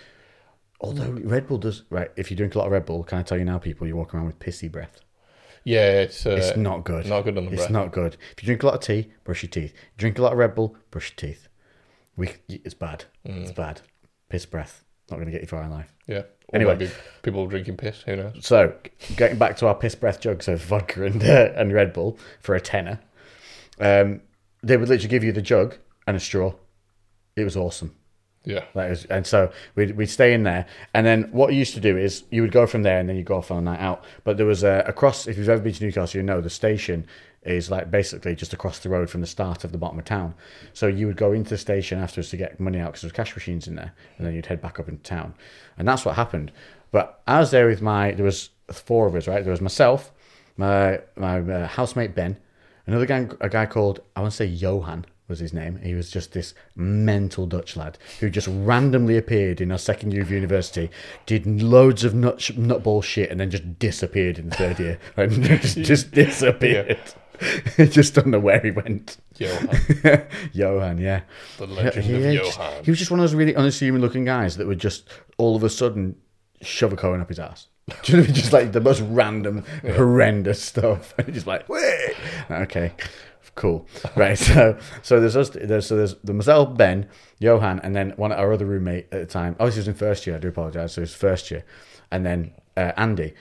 although Red Bull does right. If you drink a lot of Red Bull, can I tell you now, people, you walk around with pissy breath. Yeah, it's uh, It's not good. not good on the It's breath. not good. If you drink a lot of tea, brush your teeth. Drink a lot of Red Bull, brush your teeth. We, it's bad. Mm. It's bad. Piss breath. Not going to get you far in life. yeah. Or Anyway. maybe people drinking piss. Who knows? So, getting back to our piss breath jugs of vodka and, uh, and Red Bull for a tenner, um, they would literally give you the jug and a straw. It was awesome. Yeah, That was, and so we'd, we'd stay in there. And then what you used to do is you would go from there and then you go off on a night out. But there was a, across, if you've ever been to Newcastle, you know the station is like basically just across the road from the start of the bottom of town. So you would go into the station afterwards to get money out because there was cash machines in there. And then you'd head back up into town. And that's what happened. But I was there with my, there was four of us, right? There was myself, my, my uh, housemate Ben, Another guy, a guy called I want to say Johan was his name. He was just this mental Dutch lad who just randomly appeared in our second year of university, did loads of nut nutball shit, and then just disappeared in the third year. And just, just disappeared. just don't know where he went. Johan, Johan, yeah. the legend Yeah, of he just- Johan. he was just one of those really unassuming looking guys that would just all of a sudden shove a cone up his ass. Do you know what I mean? Just like the most random, horrendous stuff. And just like, Wait! okay, cool, right? So, so there's us. There's, so there's the myself, Ben, Johan, and then one of our other roommate at the time. Oh, he was in first year. I do apologize. So it was first year, and then uh, Andy.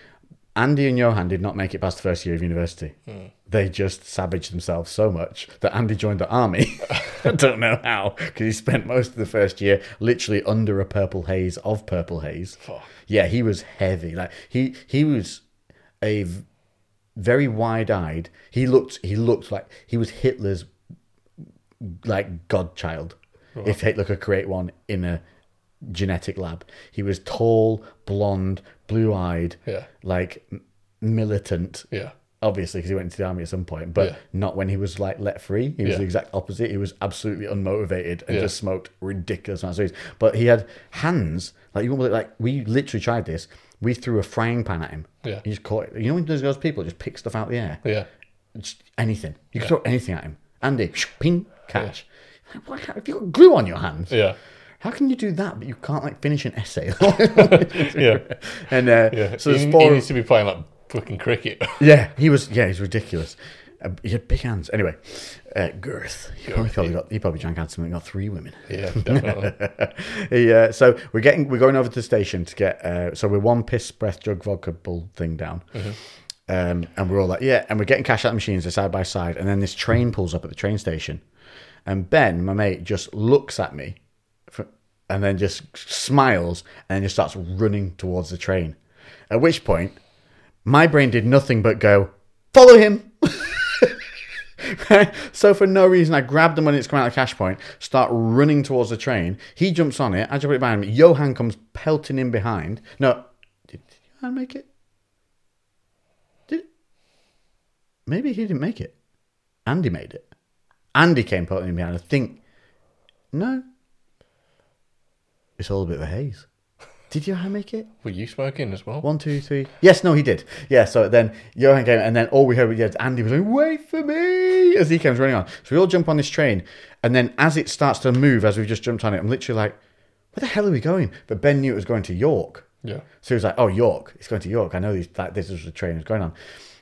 Andy and Johan did not make it past the first year of university. They just savaged themselves so much that Andy joined the army. I don't know how, because he spent most of the first year literally under a purple haze of purple haze. Yeah, he was heavy. Like he he was a v- very wide-eyed. He looked he looked like he was Hitler's like godchild. If Hitler could create one in a genetic lab, he was tall, blonde, blue-eyed, Yeah. like m- militant. Yeah, Obviously, because he went into the army at some point, but Yeah. not when he was like let free. He was Yeah. the exact opposite. He was absolutely unmotivated and Yeah. just smoked ridiculous amounts of weed. But he had hands like you won't believe. Like we literally tried this. We threw a frying pan at him. Yeah. he just caught it. You know when there's those people that just pick stuff out of the air. yeah. Just anything. You could throw anything at him. Andy, ping, catch. Like, Why can't, have you got glue on your hands? Yeah. How can you do that, but you can't like finish an essay? Yeah, and uh, yeah. so he, there's he four. needs to be playing like fucking cricket. Yeah, he was. Yeah, he's ridiculous. Uh, he had big hands. Anyway, uh, girth. He probably, probably got. He probably drank handsome and got three women. yeah, definitely. he, uh, so we're getting. We're going over to the station to get. Uh, so we're one piss breath jug vodka bull thing down, Um, and we're all like, yeah, and we're getting cash out machines, they're side by side. And then this train pulls up at the train station. And Ben, my mate, just looks at me fr- and then just smiles and then just starts running towards the train. At which point, my brain did nothing but go, follow him. Right? So for no reason, I grab the money that's come out of the cash point, start running towards the train. He jumps on it. I jump it behind him. Johan comes pelting in behind. No, did, did Johan make it? Did maybe he didn't make it? Andy made it. Andy came pelting in behind. I think no. It's all a bit of a haze. Did Johan make it? Were you smoking as well? One, two, three. Yes, no, he did. Yeah, so then Johan came, and then all we heard was yeah, Andy was like, wait for me, as he comes running on. So we all jump on this train, and then as it starts to move, as we've just jumped on it, I'm literally like, where the hell are we going? But Ben knew it was going to York. Yeah. So he was like, oh, York. It's going to York. I know these, that this is the train that's going on.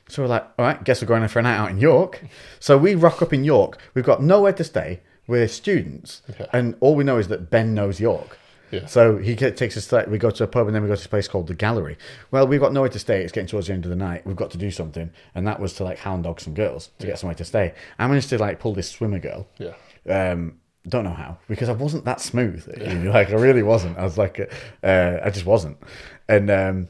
So we're like, all right, guess we're going for a night out in York. So we rock up in York. We've got nowhere to stay. We're students. Yeah. And all we know is that Ben knows York. Yeah. So he ca- takes us, to, we go to a pub and then we go to this place called The Gallery. Well, we've got nowhere to stay. It's getting towards the end of the night. We've got to do something. And that was to like hound dog some girls to get somewhere to stay. I managed to like pull this swimmer girl. Yeah. Um, don't know how because I wasn't that smooth. Like I really wasn't. I was like, uh, I just wasn't. And um,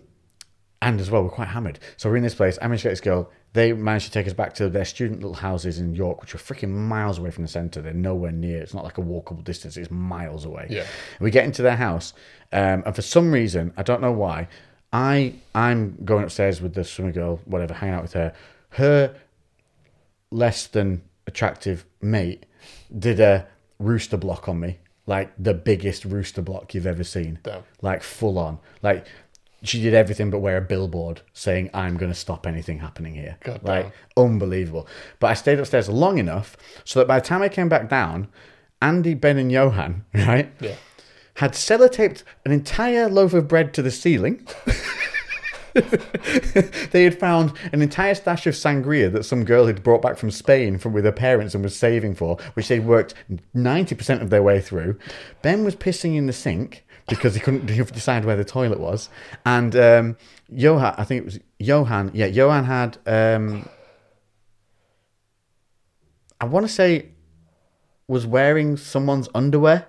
and as well, we're quite hammered. So we're in this place. I managed to get this girl. They managed to take us back to their student little houses in York, which are freaking miles away from the centre. They're nowhere near. It's not like a walkable distance. It's miles away. Yeah. We get into their house, um, and for some reason, I don't know why, I I'm going upstairs with the swimmer girl, whatever, hanging out with her. Her less than attractive mate did a rooster block on me, like the biggest rooster block you've ever seen, Damn. like full on. Like she did everything but wear a billboard saying, "I'm going to stop anything happening here." God like damn. unbelievable. But I stayed upstairs long enough so that by the time I came back down, Andy, Ben, and Johan, right, Yeah. had sellotaped an entire loaf of bread to the ceiling. they had found an entire stash of sangria that some girl had brought back from Spain from with her parents and was saving for, which they worked 90% of their way through. Ben was pissing in the sink because he couldn't decide where the toilet was. And um, Johan, I think it was Johan, yeah, Johan had, um, I want to say, was wearing someone's underwear.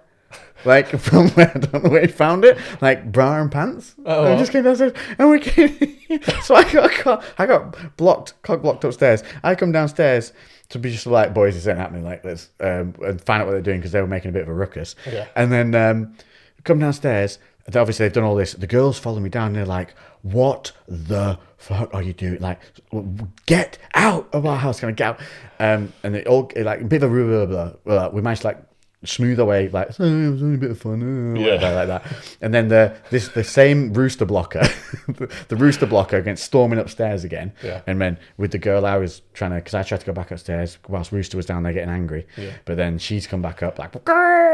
Like from where I don't know where he found it, like bra and pants. Oh, And wow. just came downstairs and we came. so I got, co- I got blocked, cock blocked upstairs. I come downstairs to be just like, boys, this ain't happening like this, um, and find out what they're doing because they were making a bit of a ruckus. Yeah. And then um, come downstairs. and Obviously, they've done all this. The girls follow me down. And they're like, "What the fuck are you doing? Like, w- w- get out of our house! Can I get out?" Um, and it all it, like a bit of a blah, blah, blah, blah. We managed to, like smooth away. Like, "Oh, it was only a bit of fun. Uh, Yeah Yeah. like that. And then the this the same rooster blocker, the rooster blocker against storming upstairs again. Yeah. And then with the girl, I was trying to because I tried to go back upstairs whilst Rooster was down there getting angry. Yeah. But then she's come back up like, I'm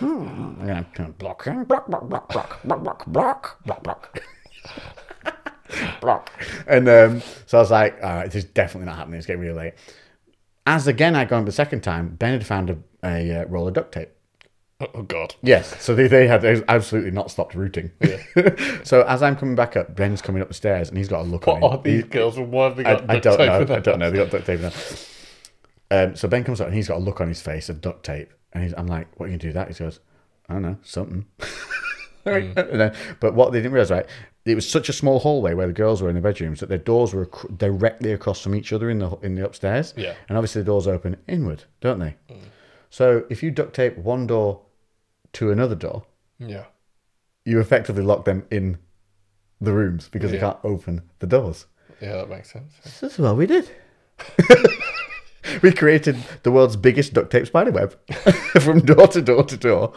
gonna block, block, block, block, block, block, block, block, block. block. And um, so I was like, all right, this is definitely not happening. It's getting really late. As again, I'd gone the second time, Ben had found a, a uh, roll of duct tape. Oh, oh, God. Yes, so they, they had they absolutely not stopped rooting. so as I'm coming back up, Ben's coming up the stairs and he's got a look What on me. are Oh, these girls and why have they I, got I duct don't tape know. for I them? don't know. They got duct tape now. Um, so Ben comes up and he's got a look on his face of duct tape, and he's, I'm like, "What are you gonna do with that?" He goes, "I don't know, something." Right? Mm. And then- but what they didn't realize, right? It was such a small hallway where the girls were in the bedrooms that their doors were ac- directly across from each other in the in the upstairs. Yeah. Mm. and obviously the doors open inward, don't they? So if you duct tape one door to another door, Yeah. you effectively lock them in the rooms because they Yeah. can't open the doors. Yeah, that makes sense. So that's what we did. we created the world's biggest duct tape spider web from door to door to door.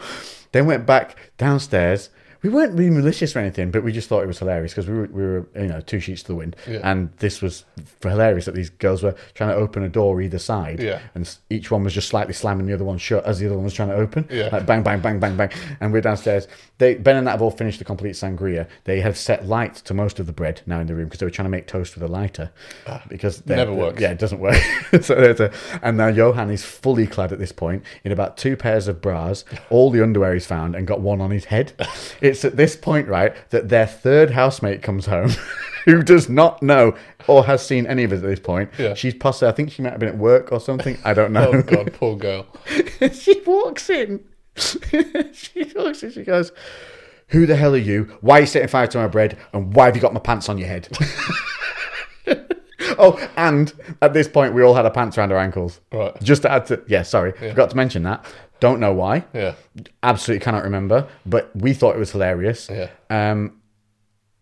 Then went back downstairs. We weren't really malicious or anything, but we just thought it was hilarious because we were, we were, you know, two sheets to the wind, Yeah. and this was hilarious that these girls were trying to open a door either side, Yeah. and s- each one was just slightly slamming the other one shut as the other one was trying to open, Yeah. like bang, bang, bang, bang, bang, and we're downstairs. They, ben and that have all finished the complete sangria. They have set light to most of the bread now in the room because they were trying to make toast with a lighter because they- Ah, Never works. Yeah, it doesn't work. so there's a, and now Johan is fully clad at this point in about two pairs of bras, all the underwear he's found, and got one on his head. It It's at this point, right, that their third housemate comes home, who does not know or has seen any of us at this point. Yeah. She's possibly, I think she might have been at work or something. I don't know. Oh god, poor girl. she walks in. she walks in. She goes, "Who the hell are you? Why are you setting fire to my bread? And why have you got my pants on your head?" oh, and at this point, we all had our pants around our ankles. Right. Just to add to, yeah, sorry, forgot to mention that. Don't know why. Yeah. Absolutely cannot remember. But we thought it was hilarious. Yeah. Um,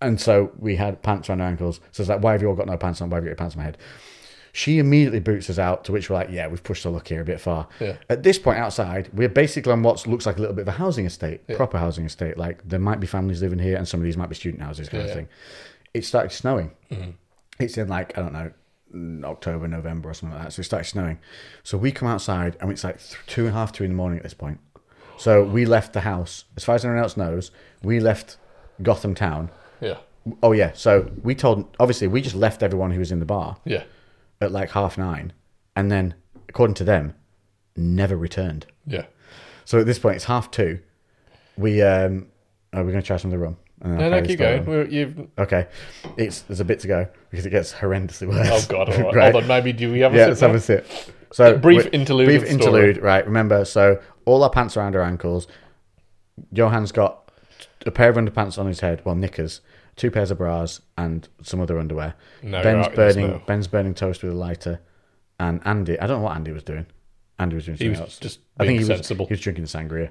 and so we had pants around our ankles. So it's like, why have you all got no pants on? Why have you got your pants on my head? She immediately boots us out, to which we're like, yeah, we've pushed the luck here a bit far. Yeah. At this point outside, we're basically on what looks like a little bit of a housing estate, proper housing estate. Like there might be families living here and some of these might be student houses kind of Yeah. thing. It started snowing. It's in like, I don't know, n- October, November or something like that. So it started snowing. So we come outside and it's like th- two and a half, three in the morning at this point. So we left the house. As far as anyone else knows, we left Gotham Town. Yeah. Oh yeah. So we told obviously we just left everyone who was in the bar Yeah. at like half nine, and then according to them, never returned. Yeah. So at this point it's half two. We um are we going to try some of the rum? And then No, I'll no, carry the keep story going. on. We're, you've, Okay, it's there's a bit to go because it gets horrendously worse. oh god, all right. Right. Hold on, maybe do we have a Yeah, sip let's have now? a sip. So Brief we- interlude Brief of story. interlude, right? Remember, so all our pants around our ankles. Johan's got a pair of underpants on his head, well knickers, two pairs of bras, and some other underwear. No, you're Ben's out in the burning. snow. Ben's burning toast with a lighter, and Andy. I don't know what Andy was doing. Andy was doing something was else. just I think being he sensible. Was, he was drinking sangria.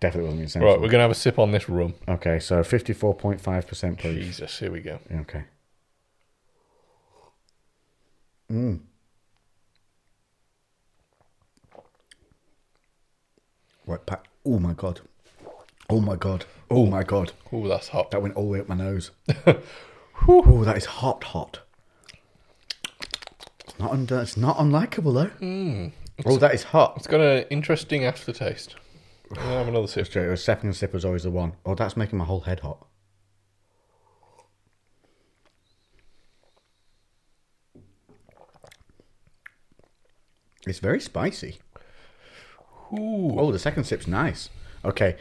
Definitely wasn't being Right, sensible. we're gonna have a sip on this rum. Okay, so fifty-four point five percent, please. Jesus, here we go. Okay. Mm. Right back. Oh my god. Oh my god. Oh my god. Oh, that's hot. That went all the way up my nose. oh, that is hot, hot. It's not, un- it's not unlikable though. oh, that is hot. It's got an interesting aftertaste. I'm gonna have another sip. Straight, a second sip was always the one. Oh, that's making my whole head hot. It's very spicy. Ooh, Oh, the second sip's nice. Okay,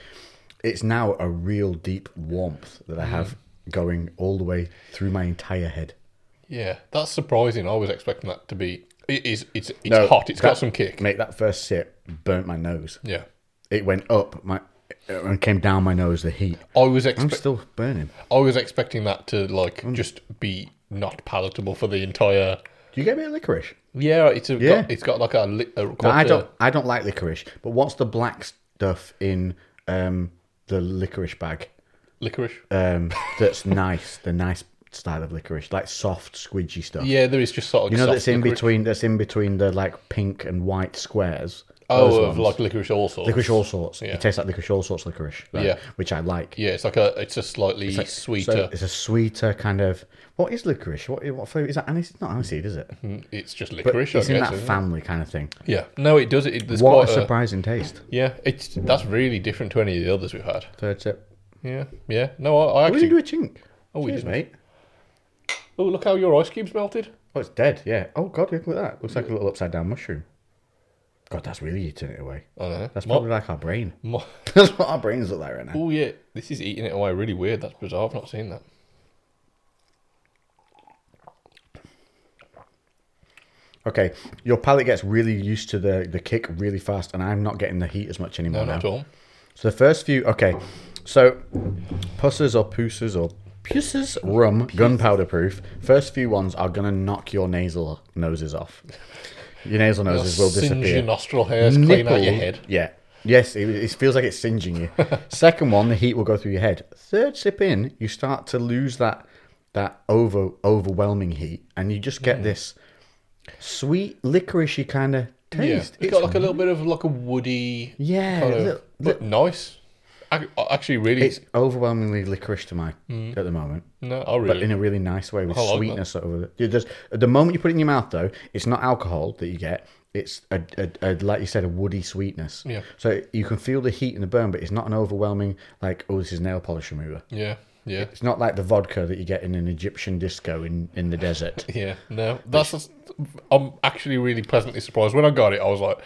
it's now a real deep warmth that I have going all the way through my entire head. yeah, that's surprising. I was expecting that to be. It is. It's. It's No, hot. It's that- got some kick. Mate, that first sip burnt my nose. Yeah, It went up my uh, and came down my nose. The heat. I was. I'm Expe- still burning. I was expecting that to like just be not palatable for the entire. Do you get a bit of licorice? Yeah, it's a, Yeah. Got, it's got like a. Li- a No, quite I a- don't. I don't like licorice. But what's the black stuff in um, the licorice bag? licorice. Um, that's nice. The nice style of licorice, like soft, squidgy stuff. Yeah, there is just sort of. you know soft that's in licorice. between. That's in between the like pink and white squares. Those Oh, of ones. like licorice all sorts. licorice all sorts. Yeah. It tastes like licorice all sorts licorice. right? Yeah. which I like. Yeah, it's like a. It's a slightly So sweeter. it's a sweeter kind of. What is licorice? What what flavour is that? Anise? It's not aniseed, is it? Mm, it's just But licorice. it's I in guess, that isn't it? family kind of thing. Yeah. No, it does. It, there's What a quite a, surprising taste. Yeah, it's that's really different to any of the others we've had. Third sip. Yeah, yeah. No, I, I We didn't do actually. a chink. Oh, we Cheers, didn't. mate. Oh, look how your ice cubes melted. Oh, it's dead. Yeah. Oh God, look at that. Looks like a little upside down mushroom. God, that's really eating it away. I don't know. That's Mo- probably like our brain. mo- That's what our brains look like right now. oh yeah, this is eating it away really weird. That's bizarre. I've not seen that. Okay, your palate gets really used to the the kick really fast, and I'm not getting the heat as much No, anymore not at now. all. So the first few. Okay, so pusses or pooses or puces rum gunpowder proof. First few ones are gonna knock your nasal noses off. Your nasal noses will Singe disappear. your nostril hairs, clean out your Nipple- head. Yeah. Yes, it, it feels like it's singeing you. Second one, the heat will go through your head. Third sip in, you start to lose that that over overwhelming heat, and you just Mm. get this sweet licoricey kind of Yeah, taste. it's got like a little bit of like a woody. Yeah, kind of- little- but nice. I, I actually really. It's overwhelmingly licorice to my Mm. at the moment, no, I but really. in a really nice way with like that. sweetness over the. There's, the moment you put it in your mouth, though, it's not alcohol that you get. It's a, a, a like you said, a woody sweetness. Yeah. So you can feel the heat and the burn, but it's not an overwhelming like, oh, this is nail polish remover. yeah, yeah, It's not like the vodka that you get in an Egyptian disco in, in the desert. yeah. No, that's. Just, I'm actually really pleasantly surprised when I got it. I was like,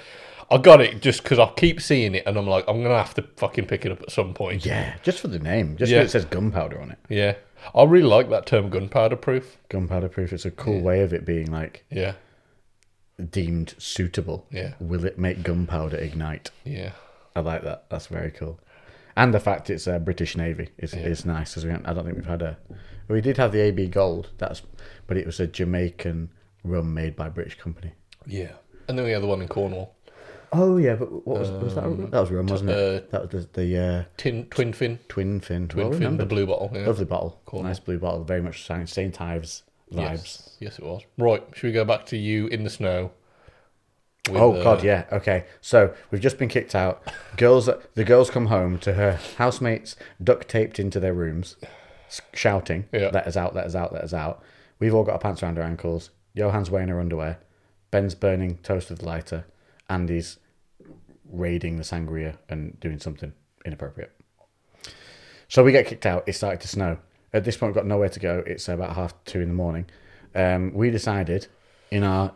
I got it just because I keep seeing it, and I'm like, I'm gonna have to fucking pick it up at some point. Yeah, just for the name, just Yeah. because it says gunpowder on it. Yeah. I really like that term gunpowder proof. Gunpowder proof. It's a cool way of it being like Yeah. deemed suitable. Yeah. Will it make gunpowder ignite? Yeah. I like that. That's very cool. And the fact it's uh, British Navy is is nice. As we, haven't- I don't think we've had a. We did have the AB Gold. That's, but it was a Jamaican rum made by a British company. Yeah. And then we had the one in Cornwall. Oh yeah, but what was, was Um, that? That was rum, wasn't it? that was the, the uh, Tin twin fin. twin fin. Twin well fin, remembered. the blue bottle. Yeah. Lovely bottle. Cool. Nice blue bottle. Very much Saint Saint Ives vibes. Yes. yes, it was. Right, should we go back to you in the snow? with, Oh uh, God, yeah. Okay, so we've just been kicked out. Girls, the girls come home to her housemates duct taped into their rooms, s- shouting, Yeah. "Let us out! Let us out! Let us out!" We've all got our pants around our ankles. Johan's wearing her underwear. Ben's burning toast with lighter. Andy's raiding the sangria and doing something inappropriate. So we get kicked out. It started to snow. At this point, we've got nowhere to go. It's about half two in the morning. Um, we decided, in our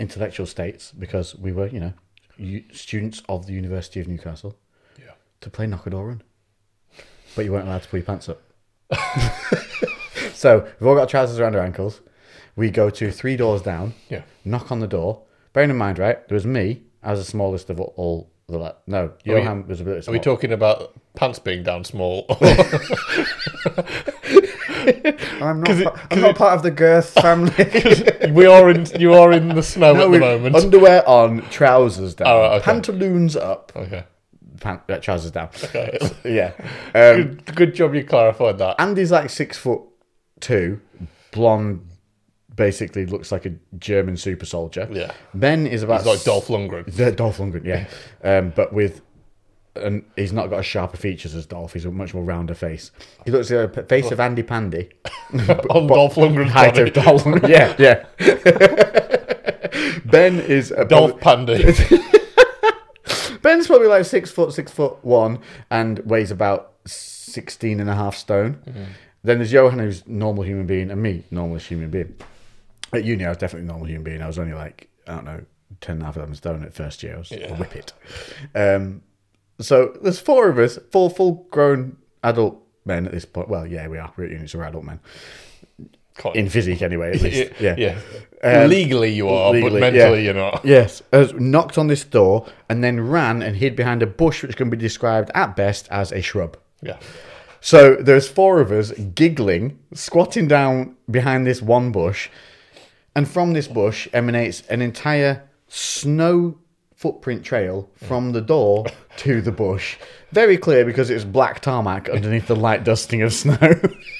intellectual states, because we were, you know, u- students of the University of Newcastle, Yeah. to play Knockadoran. But you weren't allowed to pull your pants up. so we've all got trousers around our ankles. We go to three doors down, Yeah. knock on the door. Bearing in mind, right, there was me as the smallest of all the. La- no, Johan was a bit Are small. we talking about pants being down small? I'm not, pa- I'm not part of the girth family. we are in you are in the snow at the with moment. Underwear on, trousers down, Oh, okay. pantaloons up, okay. pant- uh, trousers down. Okay. yeah. Um, Good, good job you clarified that. Andy's like six foot two, blonde, basically looks like a German super soldier. Yeah. Ben is about It's like s- Dolph Lundgren. the Dolph Lundgren, yeah, um, but with and he's not got as sharp a features as Dolph. He's a much more rounder face. He looks like the face of Andy Pandy, On Dolph Lundgren's height body. of Dolph. Lundgren. Yeah, yeah. ben is a Dolph Pandy. Ben's probably like six foot, six foot one, and weighs about 16 and a half stone. Then there's Johan, who's normal human being, and me, normal human being. At uni, I was definitely a normal human being. I was only like, I don't know, 10 and a half 11 stone at first year. I was a whippet. Um, so there's four of us, four full grown adult men at this point. Well, yeah, we are. We're at uni, so we're adult men. Kind In physique, anyway, at least. Yeah. yeah. Um, yeah. legally you are, legally, but mentally yeah. you're not. Yes, has knocked on this door and then ran and hid behind a bush, which can be described at best as a shrub. Yeah. So there's four of us giggling, squatting down behind this one bush, and from this bush emanates an entire snow footprint trail from the door to the bush. Very clear because it's black tarmac underneath the light dusting of snow.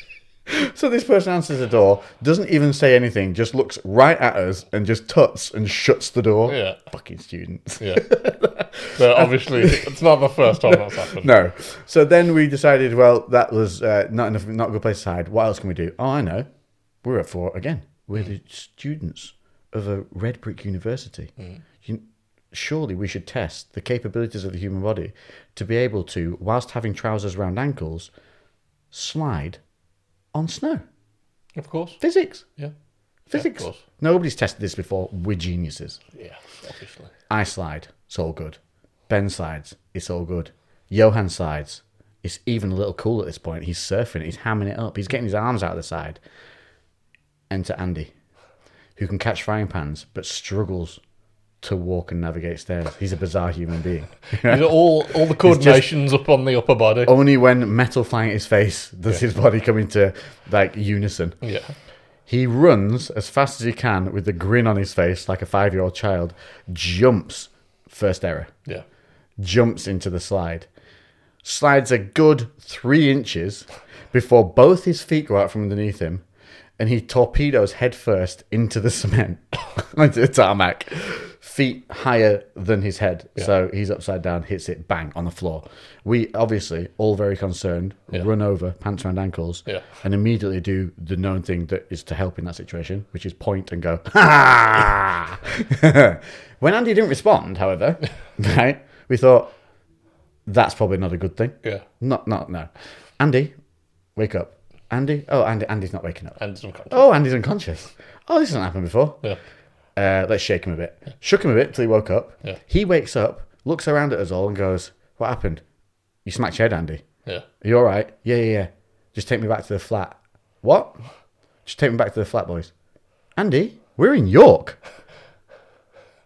so this person answers the door, doesn't even say anything, just looks right at us and just tuts and shuts the door. Yeah. Fucking students. Yeah. so obviously it's not the first time that's happened. No. So then we decided, well, that was uh, not enough, not a good place to hide. What else can we do? Oh, I know. We're at four again. We're the students of a red brick university. Mm. You, surely we should test the capabilities of the human body to be able to, whilst having trousers round ankles, slide on snow. Of course. Physics. Yeah. Physics. course. Nobody's tested this before. We're geniuses. Yeah, obviously. I slide, it's all good. Ben slides, it's all good. Johan slides, it's even a little cool at this point. He's surfing, he's hamming it up, he's getting his arms out of the side. Enter Andy, who can catch frying pans but struggles to walk and navigate stairs. He's a bizarre human being. These are all all the coordinations up on the upper body. Only when metal flying at his face does his body come into like unison. Yeah. He runs as fast as he can with a grin on his face like a five year old child, jumps, first error. Yeah. jumps into the slide. Slides a good three inches before both his feet go out from underneath him and he torpedoes headfirst into the cement, into the tarmac, feet higher than his head. So he's upside down, hits it, bang, on the floor. We obviously, all very concerned, run over, pants around ankles, Yeah. and immediately do the known thing that is to help in that situation, which is point and go, ha! when Andy didn't respond, however, right, we thought, that's probably not a good thing. Yeah. Not, not, no. Andy, wake up. Andy, oh, Andy, Andy's not waking up. And some kind Oh, Andy's unconscious. Oh, this hasn't happened before. Yeah. Uh, let's shake him a bit. Shook him a bit till he woke up. Yeah. He wakes up, looks around at us all, and goes, "What happened? You smacked your head, Andy. Yeah. Are you all right? Yeah, yeah, yeah. Just take me back to the flat. What? Just take me back to the flat, boys. Andy, we're in York.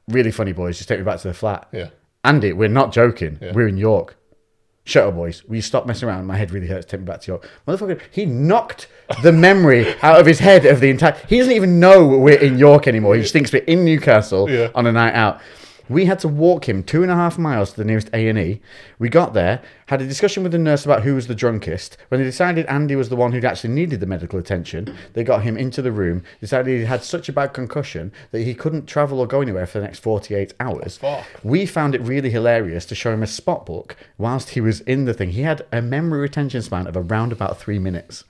Really funny, boys. Just take me back to the flat. Yeah. Andy, we're not joking. We're in York. Shut up, boys. Will you stop messing around? My head really hurts. Take me back to York. Motherfucker, he knocked the memory out of his head of the entire. He doesn't even know we're in York anymore. He just thinks we're in Newcastle Yeah. on a night out. We had to walk him two and a half miles to the nearest A and E. We got there, had a discussion with the nurse about who was the drunkest. When they decided Andy was the one who'd actually needed the medical attention, they got him into the room. Decided he had such a bad concussion that he couldn't travel or go anywhere for the next forty-eight hours. Fuck. We found it really hilarious to show him a spot book whilst he was in the thing. He had a memory retention span of around about three minutes.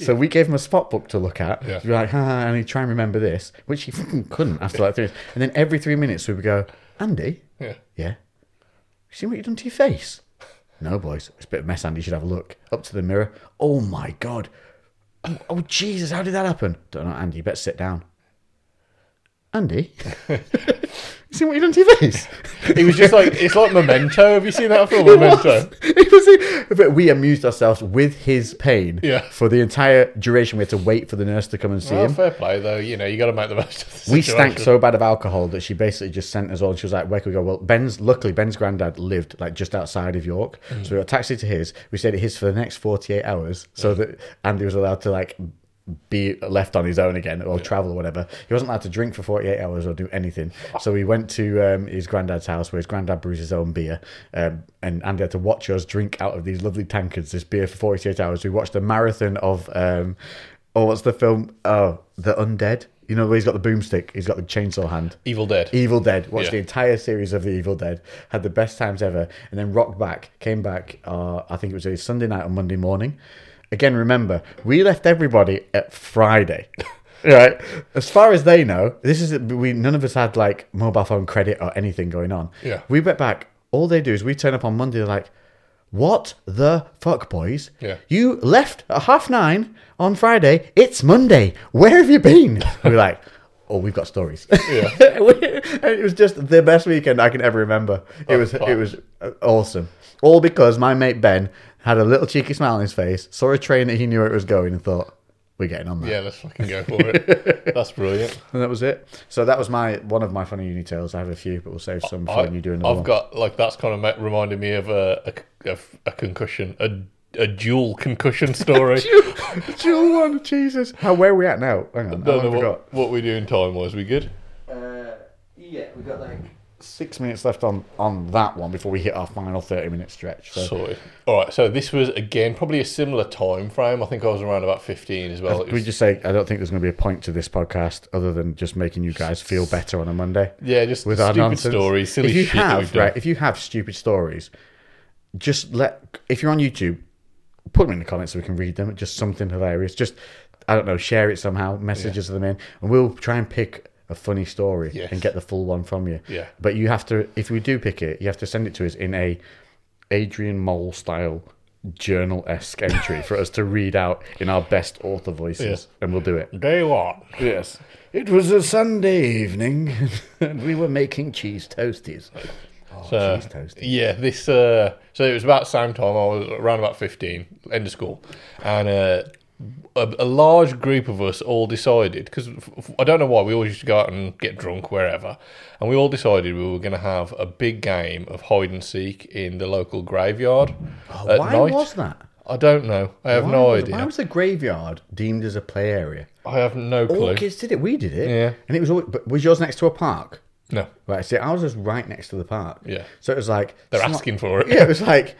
So we gave him a spot book to look at. Yeah. We were like, ha, ha, and he'd try and remember this, which he fucking couldn't after like three minutes. And then every three minutes we would go, Andy, Yeah. yeah, you seen what you've done to your face? No, boys, it's a bit of a mess, Andy. You should have a look. Up to the mirror. Oh my God. Oh, oh, Jesus, how did that happen? Don't know, Andy, you better sit down. Andy, you seen what you've done to your face? It was just like it's like Memento. Have you seen that film? Memento. It was- it was- but we amused ourselves with his pain Yeah. Oh, for the entire duration. We had to wait for the nurse to come and see Well, him. fair play though. You know, you got to make the most of the We situation. stank so bad of alcohol that she basically just sent us all. She was like, "Where can we go?" Well, Ben's luckily Ben's granddad lived like just outside of York, so we got a taxi to his. We stayed at his for the next forty-eight hours, so that Andy was allowed to like be left on his own again or travel or whatever. He wasn't allowed to drink for forty-eight hours or do anything. So we went to um, his granddad's house where his granddad brews his own beer, um, and Andy had to watch us drink out of these lovely tankards this beer for forty-eight hours. We watched a marathon of. Um, Oh, what's the film? Oh, The Undead. You know, where he's got the boomstick, he's got the chainsaw hand. Evil Dead. Evil Dead. Watched Yeah. the entire series of The Evil Dead. Had the best times ever. And then rocked back, came back, uh, I think it was a Sunday night or Monday morning. Again, remember, we left everybody at Friday. Right, as far as they know, this is we. None of us had like mobile phone credit or anything going on. Yeah. we went back. All they do is we turn up on Monday. They're like, "What the fuck, boys? Yeah. You left at half nine on Friday. It's Monday. Where have you been? We We're like, oh, we've got stories. And it was just the best weekend I can ever remember. it was fuck. it was uh, awesome. All because my mate Ben had a little cheeky smile on his face, saw a train that he knew where it was going, and thought, "We're getting on that." Yeah, let's fucking go for it. That's brilliant. And that was it. So that was my one of my funny uni tales. I have a few, but we'll save some for I, when you do another I've one. got like that's kind of ma- reminded me of a a c- a f- a concussion, a a dual concussion story. Dual one, Jesus. How where are we at now? Hang on, Oh, Don't I know forgot. what, what we do in time was. We good? Uh, yeah, we got like Six minutes left on on that one before we hit our final thirty minute stretch. So. Sorted. All right. So this was again probably a similar time frame. I think I was around about fifteen as well. It Can we was- just say I don't think there's going to be a point to this podcast other than just making you guys feel better on a Monday. yeah, just with our stupid nonsense. stories, silly if you shit that we've have done. right, if you have stupid stories, just let. If you're on YouTube, put them in the comments so we can read them. Just something hilarious. Just I don't know, share it somehow. Messages them in, and we'll try and pick a funny story Yes. and get the full one from you. Yeah. But you have to, if we do pick it, you have to send it to us in a Adrian Mole style journal esque entry for us to read out in our best author voices, and we'll do it. Day one. Yes. It was a Sunday evening, and we were making cheese toasties. Oh, So, cheese toasties. uh, yeah, this. Uh, so it was about the same time. I was around about fifteen, end of school, and uh, a, a large group of us all decided because I don't know why we always used to go out and get drunk wherever, and we all decided we were going to have a big game of hide and seek in the local graveyard at Oh, Why night. was that? I don't know. I have Why no was, idea. Why was the graveyard deemed as a play area? I have no All clue. kids did it. We did it. Yeah. And it was always, but was yours next to a park? No, Right. See, ours was right next to the park. Yeah. So it was like they're it's not- asking for it. yeah, it was like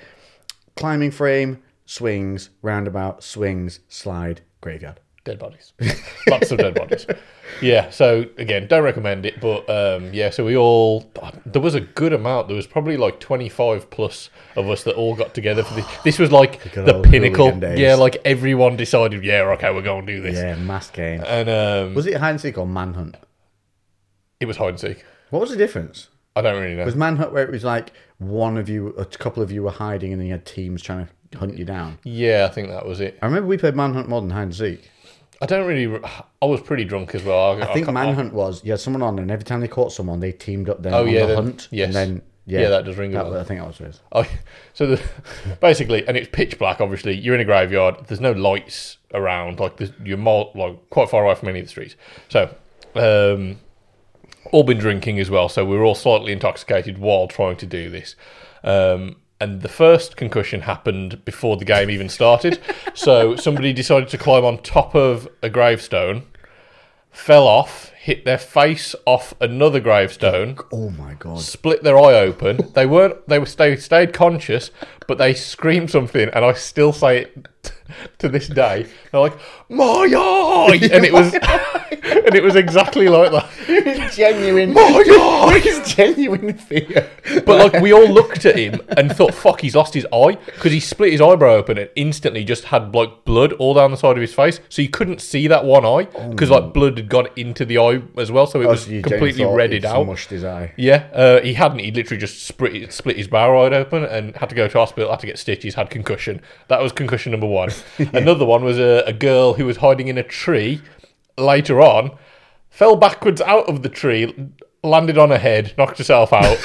climbing frame, swings, roundabout, swings, slide, graveyard. dead bodies lots of dead bodies yeah so again don't recommend it but um yeah so we all there was a good amount there was probably like 25 plus of us that all got together for this this was like good the old pinnacle hooligan days. yeah like everyone decided yeah okay we're going to do this Yeah, mass game. and um Was it hide and seek or manhunt? it was hide and seek What was the difference? i don't really know Was manhunt where it was like one of you, a couple of you were hiding, and then you had teams trying to hunt you down? yeah i think that was it I remember we played manhunt more than hide and seek. I don't really. re- I was pretty drunk as well. I think can't- Manhunt was. Yeah, someone on, and every time they caught someone, they teamed up then Oh, on yeah, the then- hunt. yes. And then, yeah, Yeah, that does ring a that, bell. I think that was his. Oh, so the, basically, and it's pitch black. Obviously, you're in a graveyard. There's no lights around. Like there's- you're more, like quite far away from any of the streets. So, um, all been drinking as well. So we were all slightly intoxicated while trying to do this. Um, and the first concussion happened before the game even started. so somebody decided to climb on top of a gravestone, fell off, hit their face off another gravestone Oh my god! split their eye open. They weren't. They were stayed, stayed conscious, but they screamed something, and I still say it t- to this day. They're like, "My eye!" and it was, and it was exactly like that. genuine, My eye! genuine fear. But like, we all looked at him and thought, "Fuck, he's lost his eye," because he split his eyebrow open and instantly just had like blood all down the side of his face, so you couldn't see that one eye because like blood had gone into the eye as well, so it was completely redded out. Mushed his eye. Yeah, uh, he hadn't. He literally just split, split his bow wide open and had to go to hospital, had to get stitches, had concussion. That was concussion number one. Another one was a, a girl who was hiding in a tree later on, fell backwards out of the tree, landed on her head, knocked herself out.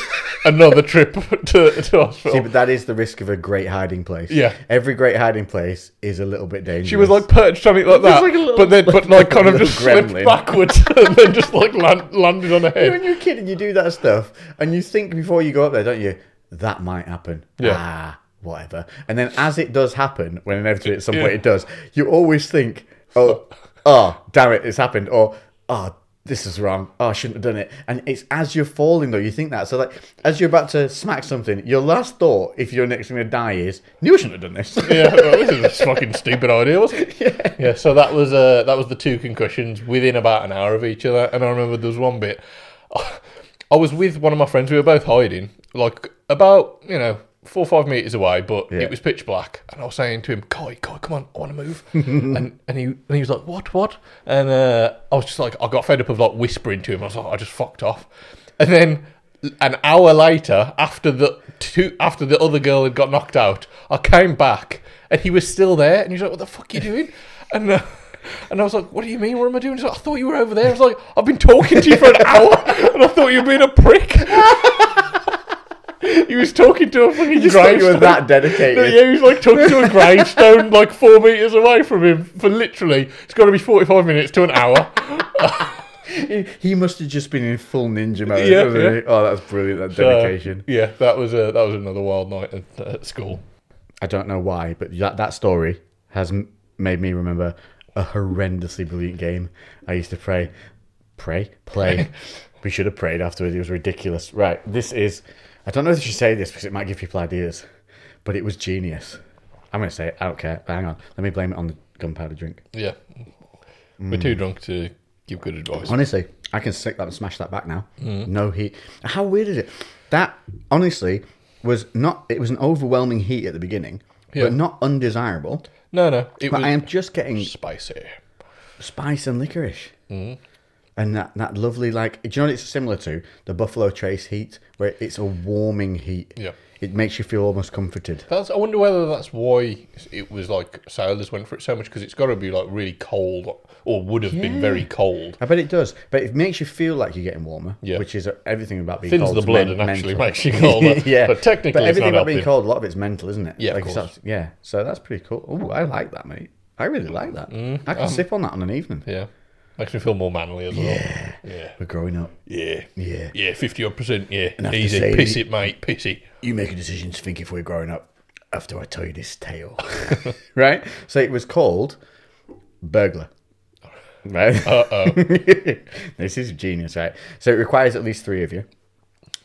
Another trip to, to hospital. See, but that is the risk of a great hiding place. Yeah. every great hiding place is a little bit dangerous. She was like perched on it like that, like a little- but then but like kind of little just gremlin. slipped backwards and then just like land, landed on her head. when you're a kid and you do that stuff, and you think before you go up there, don't you? That might happen. Yeah. Ah, whatever. And then as it does happen, when inevitably at some Yeah. point it does, you always think, oh, oh, damn it, it's happened, or oh, this is wrong. Oh, I shouldn't have done it. And it's as you're falling though, you think that. So like, as you're about to smack something, your last thought, if you're next thing to die, is, knew I shouldn't have done this. yeah, well, this is a fucking stupid idea, wasn't it? Yeah. so that was uh, that was the two concussions within about an hour of each other, and I remember there was one bit. I was with one of my friends. We were both hiding, like about you know four or five meters away, but Yeah. it was pitch black, and I was saying to him, "Kai, Kai, come on, I want to move," and and he and he was like, "What, what?" And uh, I was just like, I got fed up of like whispering to him. I was like, I just fucked off, and then. An hour later, after the two, after the other girl had got knocked out, I came back and he was still there. And he was like, "What the fuck are you doing?" And uh, and I was like, "What do you mean? What am I doing?" He's like, "I thought you were over there." I was like, "I've been talking to you for an hour, and I thought you were being a prick." he was talking to a fucking Just thought you were gravestone. that dedicated. No, yeah, he was like talking to a gravestone like four meters away from him for literally. It's got to be forty-five minutes to an hour. He- He must have just been in full ninja mode. Yeah, wasn't yeah. he? Oh, that's brilliant. That Uh, dedication. yeah, that was uh, that was another wild night at, at school. I don't know why, but that that story has m- made me remember a horrendously brilliant game I used to pray, pray, play. we should have prayed afterwards. It was ridiculous. Right, this is. I don't know if you should say this because it might give people ideas, but it was genius. I'm going to say it. I don't care. Hang on. Let me blame it on the gunpowder drink. Yeah, we're Hmm. too drunk to give good advice. Honestly, I can stick that and smash that back now. Mm. No heat. How weird is it? That honestly was not. It was an overwhelming heat at the beginning, Yeah. but not undesirable. No, no, it But was I am just getting spicy. spice and licorice. Mm-hmm. And that, that lovely, like, do you know what it's similar to? The Buffalo Trace heat, where it's a warming heat. Yeah. It makes you feel almost comforted. That's, I wonder whether that's why it was like sailors went for it so much because it's got to be like really cold or would have been Yeah. very cold. I bet it does. But it makes you feel like you're getting warmer, Yeah. which is everything about being Thins cold. the is blood men- and actually mental. makes you colder. yeah. but technically, But everything it's not about being helping. cold, a lot of it's mental, isn't it? Yeah, of it's course. abs- yeah. So that's pretty cool. Oh, I like that, mate. I really like that. Mm-hmm. I Um, can sip on that on an evening. Yeah, makes me feel more manly as well. Yeah, yeah, We're growing up. yeah, Yeah. fifty odd percent. Yeah, I have to easy, say- piss it, mate, piss it. you make a decision to think if we're growing up after I tell you this tale. right? So it was called Burglar. Right? Uh oh. this is genius, right? So it requires at least three of you.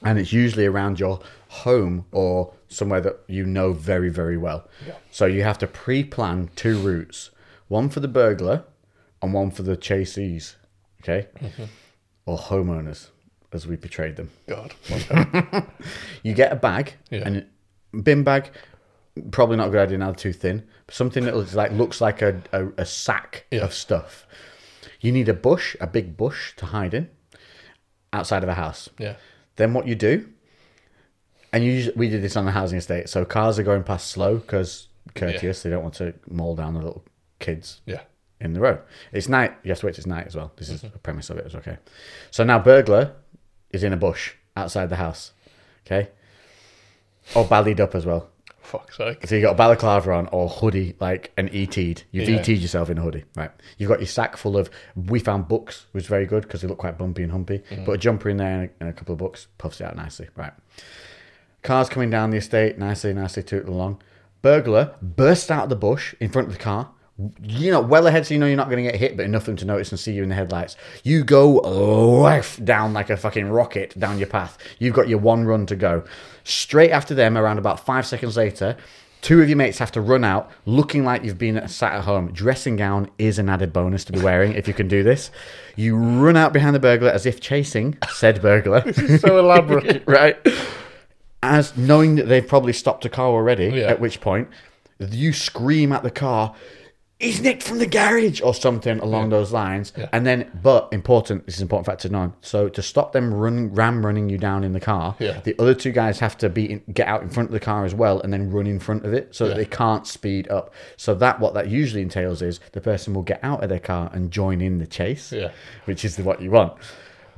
And it's usually around your home or somewhere that you know very, very well. So you have to pre plan two routes one for the burglar and one for the chasees, okay? Or homeowners, as we portrayed them. God, You get a bag, Yeah. and bin bag, probably not a good idea now, too thin. But something that looks like looks like a, a, a sack Yeah. of stuff. You need a bush, a big bush to hide in, outside of a house. yeah, Then what you do, and you usu- we did this on the housing estate, so cars are going past slow because courteous, they don't want to maul down the little kids yeah. in the row. It's night. You have to wait till it's night as well. This is the premise of it. It's okay. So now burglar is in a bush outside the house. Okay. Or ballied up as well. Fuck's sake. So you got a balaclava on or hoodie, like an ET'd. You've Yeah. ET'd yourself in a hoodie, right? You've got your sack full of. We found books, was very good because they look quite bumpy and humpy. Put a jumper in there and a, and a couple of books, puffs it out nicely, right? Cars coming down the estate, nicely, nicely tooting along. Burglar bursts out of the bush in front of the car. You know, well ahead, so you know you're not going to get hit, but enough for them to notice and see you in the headlights. You go left down like a fucking rocket down your path. You've got your one run to go. Straight after them, around about five seconds later, two of your mates have to run out looking like you've been sat at home. Dressing gown is an added bonus to be wearing if you can do this. You run out behind the burglar as if chasing said burglar. So elaborate. right? As knowing that they've probably stopped a car already, Yeah. at which point you scream at the car, he's nicked from the garage or something along those lines. And then, but important, this is an important fact to know. So to stop them run, ram running you down in the car, Yeah. the other two guys have to be in, get out in front of the car as well and then run in front of it so that Yeah. they can't speed up. So that what that usually entails is the person will get out of their car and join in the chase Yeah. which is what you want.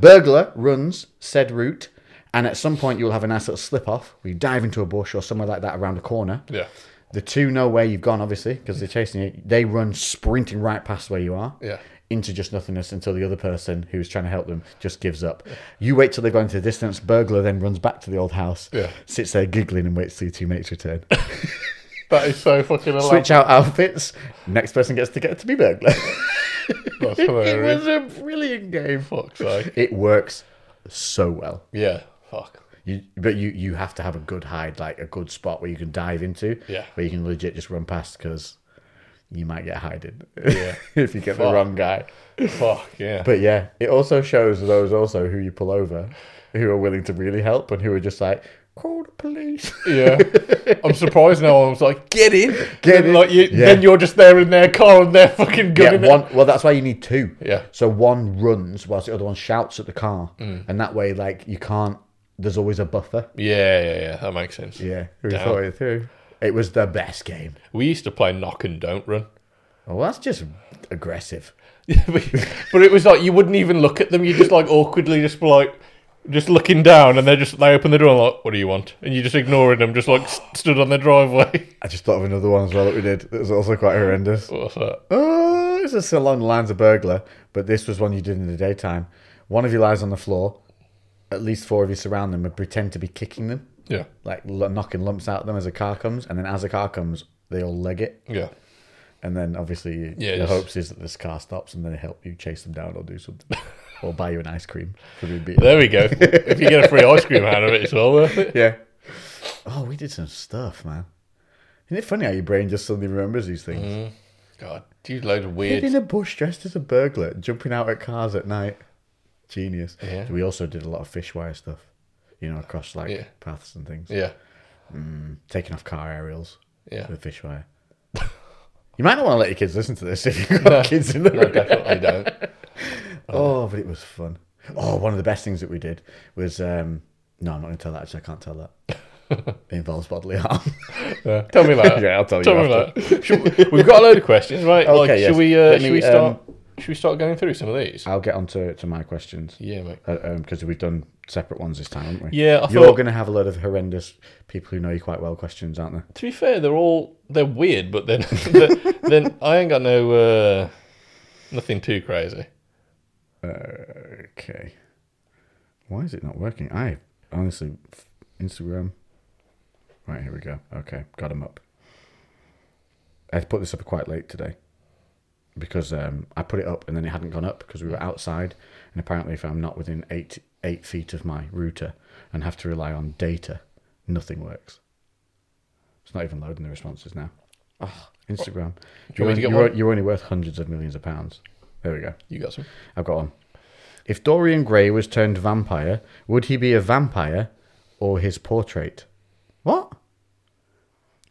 Burglar runs said route, and at some point you'll have a nice little slip off. We dive into a bush or somewhere like that around a corner. Yeah. The two know where you've gone, obviously, because they're chasing you. They run sprinting right past where you are. Yeah. Into just nothingness until the other person who's trying to help them just gives up. You wait till they've gone into the distance. Burglar then runs back to the old house, Yeah. sits there giggling and waits till your two mates return. That is so fucking elaborate. Switch out outfits. Next person gets to get to be burglar. That's it hilarious. was a brilliant game. Fuck's sake. It works so well. Yeah. Fuck. You, but you, you have to have a good hide, like a good spot where you can dive into, Yeah. where you can legit just run past because you might get hided Yeah. if you get the Fuck. wrong guy. Fuck. Yeah. But yeah, it also shows those also who you pull over, who are willing to really help and who are just like call the police. Yeah. I'm surprised now. I was like, get in. Get Then, in. Like you, Yeah. Then you're just there in their car and they're fucking Yeah, gunning it. one. Well, that's why you need two. Yeah. So one runs whilst the other one shouts at the car, and that way, like you can't. There's always a buffer. Yeah, yeah, yeah. That makes sense. Yeah, we Damn. thought it through. It was the best game. We used to play knock and don't run. Well, that's just aggressive. Yeah, but but it was like you wouldn't even look at them. You just like awkwardly just be like just looking down, and they just they open the door and like, what do you want? And you just ignoring them, just like st- stood on the driveway. I just thought of another one as well that we did. That was also quite horrendous. What's that? Oh, this is along the lines of burglar, but this was one you did in the daytime. One of you lies on the floor. At least four of you surround them and pretend to be kicking them, Yeah, like l- knocking lumps out of them as a car comes. And then as a car comes, they all leg it. yeah. And then obviously Yeah, the it's- hopes is that this car stops and then they help you chase them down or do something. or buy you an ice cream for being beaten. There we go. if you get a free ice cream out of it, it's well worth it. Yeah. Oh, we did some stuff, man. Isn't it funny how your brain just suddenly remembers these things? God, dude, loads of Hid weird. in a bush dressed as a burglar, jumping out at cars at night. Genius. Yeah. We also did a lot of fish wire stuff, you know, across like Yeah. paths and things. Mm. Yeah, Taking off car aerials yeah. with fish wire. you might not want to let your kids listen to this if you've got kids in the No, room. definitely don't. Oh, but it was fun. Oh, one of the best things that we did was um, no, I'm not going to tell that. Actually, I can't tell that. it involves bodily harm. Yeah. Tell me later. Yeah, I'll tell you me later. Should- we've got a load of questions, right? like, Okay, yes. should we? Uh, Let should me, we start? um, should we start going through some of these? I'll get on to, to my questions. yeah, mate. because we've done separate ones this time, haven't we? Yeah, I you're thought- going to have a lot of horrendous people who know you quite well questions, aren't there? To be fair, they're all they're weird, but then then- then I ain't got no uh, nothing too crazy. Okay. Why is it not working? I honestly, Instagram. Right here we go. Okay, got him up. I put this up quite late today because um, I put it up and then it hadn't gone up because we were outside, and apparently, if I'm not within eight eight feet of my router and have to rely on data, nothing works. It's not even loading the responses now. Ah, Instagram. you You're, want me to get you're- one? you're only worth hundreds of millions of pounds. There we go. You got some? I've got one. If Dorian Gray was turned vampire, would he be a vampire or his portrait? What?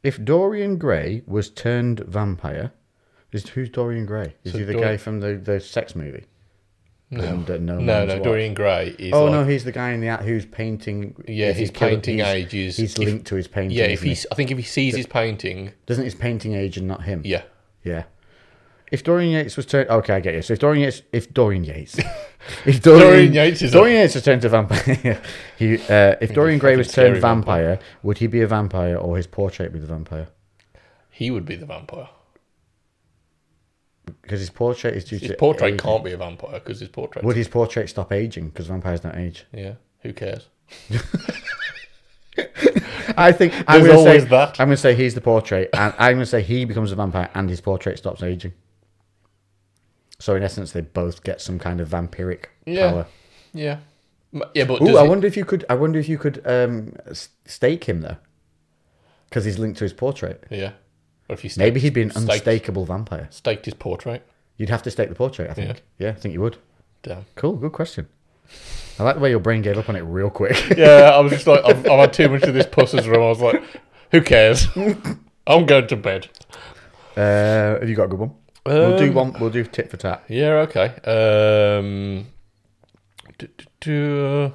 If Dorian Gray was turned vampire, is who's Dorian Gray? Is So he the Dor- guy from the, the sex movie? No, no, no, No, one's no. watched? Dorian Gray is. Oh like, no, he's the guy in the act who's painting. Yeah, if his killed- painting he's- age is- He's if- linked to his painting. Yeah, if isn't he? he's, I think if he sees his painting, doesn't his painting age and not him. yeah, Yeah. If Dorian Yates was turned, okay, I get you. So if Dorian Yates, if Dorian Yates, if Dorian, Dorian Yates is Dorian Yates was turned to vampire, he, uh, if Dorian Gray was fucking scary turned vampire, would he be a vampire or his portrait be the vampire? He would be the vampire. Because his portrait is due His to portrait aging. can't be a vampire because his portrait. Would his portrait stop aging? Because vampires don't age. Yeah. Who cares? I think I'm going There's to say always that. I'm going to say he's the portrait, and I'm going to say he becomes a vampire, and his portrait stops aging. So in essence, they both get some kind of vampiric Yeah. power. Yeah. M- Yeah, but does Ooh, I it- wonder if you could. I wonder if you could um, s- stake him though, because he's linked to his portrait. yeah. Or if you staked, Maybe he'd be an Staked. unstakeable vampire. staked his portrait. You'd have to stake the portrait. I think. Yeah, I think you would. Damn. Cool. Good question. I like the way your brain gave up on it real quick. Yeah, I was just like, I've, I've had too much of this pussy's room. I was like, who cares? I'm going to bed. Uh, have you got a good one? we'll do Um, one. We'll do tit for tat. Yeah, okay. Um, do, do, do.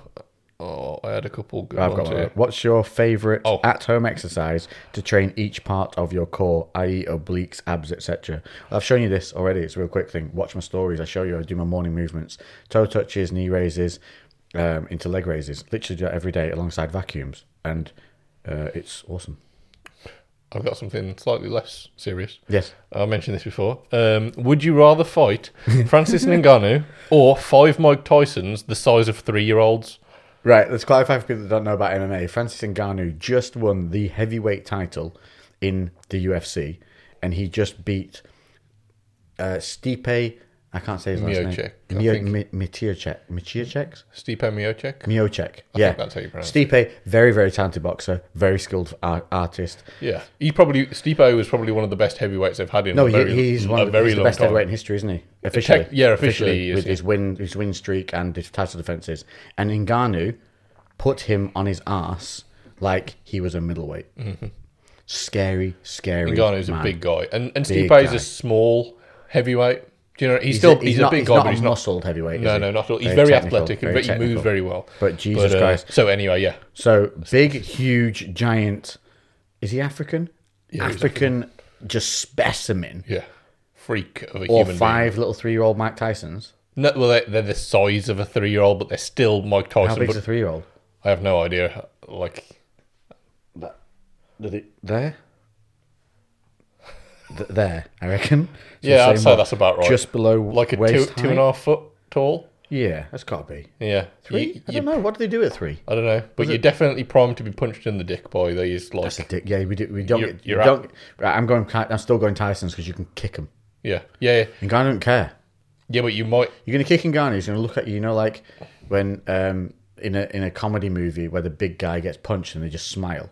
Oh, I had a couple good I've ones got one. here. What's your favourite Oh. at-home exercise to train each part of your core, i.e., obliques, abs, etc.? I've shown you this already. It's a real quick thing. Watch my stories. I show you. I do my morning movements: toe touches, knee raises, um, into leg raises. Literally do that every day alongside vacuums, and uh, it's awesome. I've got something slightly less serious. Yes. I mentioned this before. Um, would you rather fight Francis Ngannou or five Mike Tysons the size of three-year-olds? Right, let's clarify for people that don't know about MMA. Francis Ngannou just won the heavyweight title in the UFC, and he just beat uh, Stipe. I can't say his last Miocic, I name. Mio- think. Mi- Miochek. Miochek. Stipe Miocic? Miochek. Yeah, that's how you pronounce Stipe, very very talented boxer, very skilled ar- artist. Yeah, he probably Stipe was probably one of the best heavyweights they've had in No, a he, very, he's one a of the, very he's the long best time. heavyweight in history, isn't he? Officially, yeah, officially he is, with yeah. his win, his win streak, and his title defenses. And Ngannou put him on his ass like he was a middleweight. Scary, scary. Ngannou's Mm-hmm. a man. big guy, and and Big Stipe is guy. a small heavyweight. Do you know? He's, still he's, a not, big he's guy, not but a he's not. muscled heavyweight. is No, he? no, not at all. He's very, technical, athletic and very very- he moves technical. very well. But Jesus uh, Christ. So anyway, yeah, So big, huge, giant. Is he African? Yeah, he's African, just specimen. yeah, freak of a Or human being. five little three-year-old Mike Tyson's. No, well, they're, they're the size of a three-year-old, but they're still Mike How Tyson. big's a But three-year-old? I have no idea. Like, There? Th- there, I reckon. It's yeah, the I'd same say one. that's about right. Just below like a two, waist two and a height? half foot tall. Yeah, that's got to be. Yeah, Three? You- I you- don't know. What do they do at three? I don't know, but you're definitely primed to be punched in the dick by these. Like, That's a dick. Yeah, we, do, we don't. You're- get, you're we out. don't right, I'm going. Ty- I'm still going Tyson's because you can kick him. yeah, yeah, yeah, And Garner don't care. yeah, but you might. You're going to kick Ngannou. He's going to look at you. You know, like when um, in a in a comedy movie where the big guy gets punched and they just smile.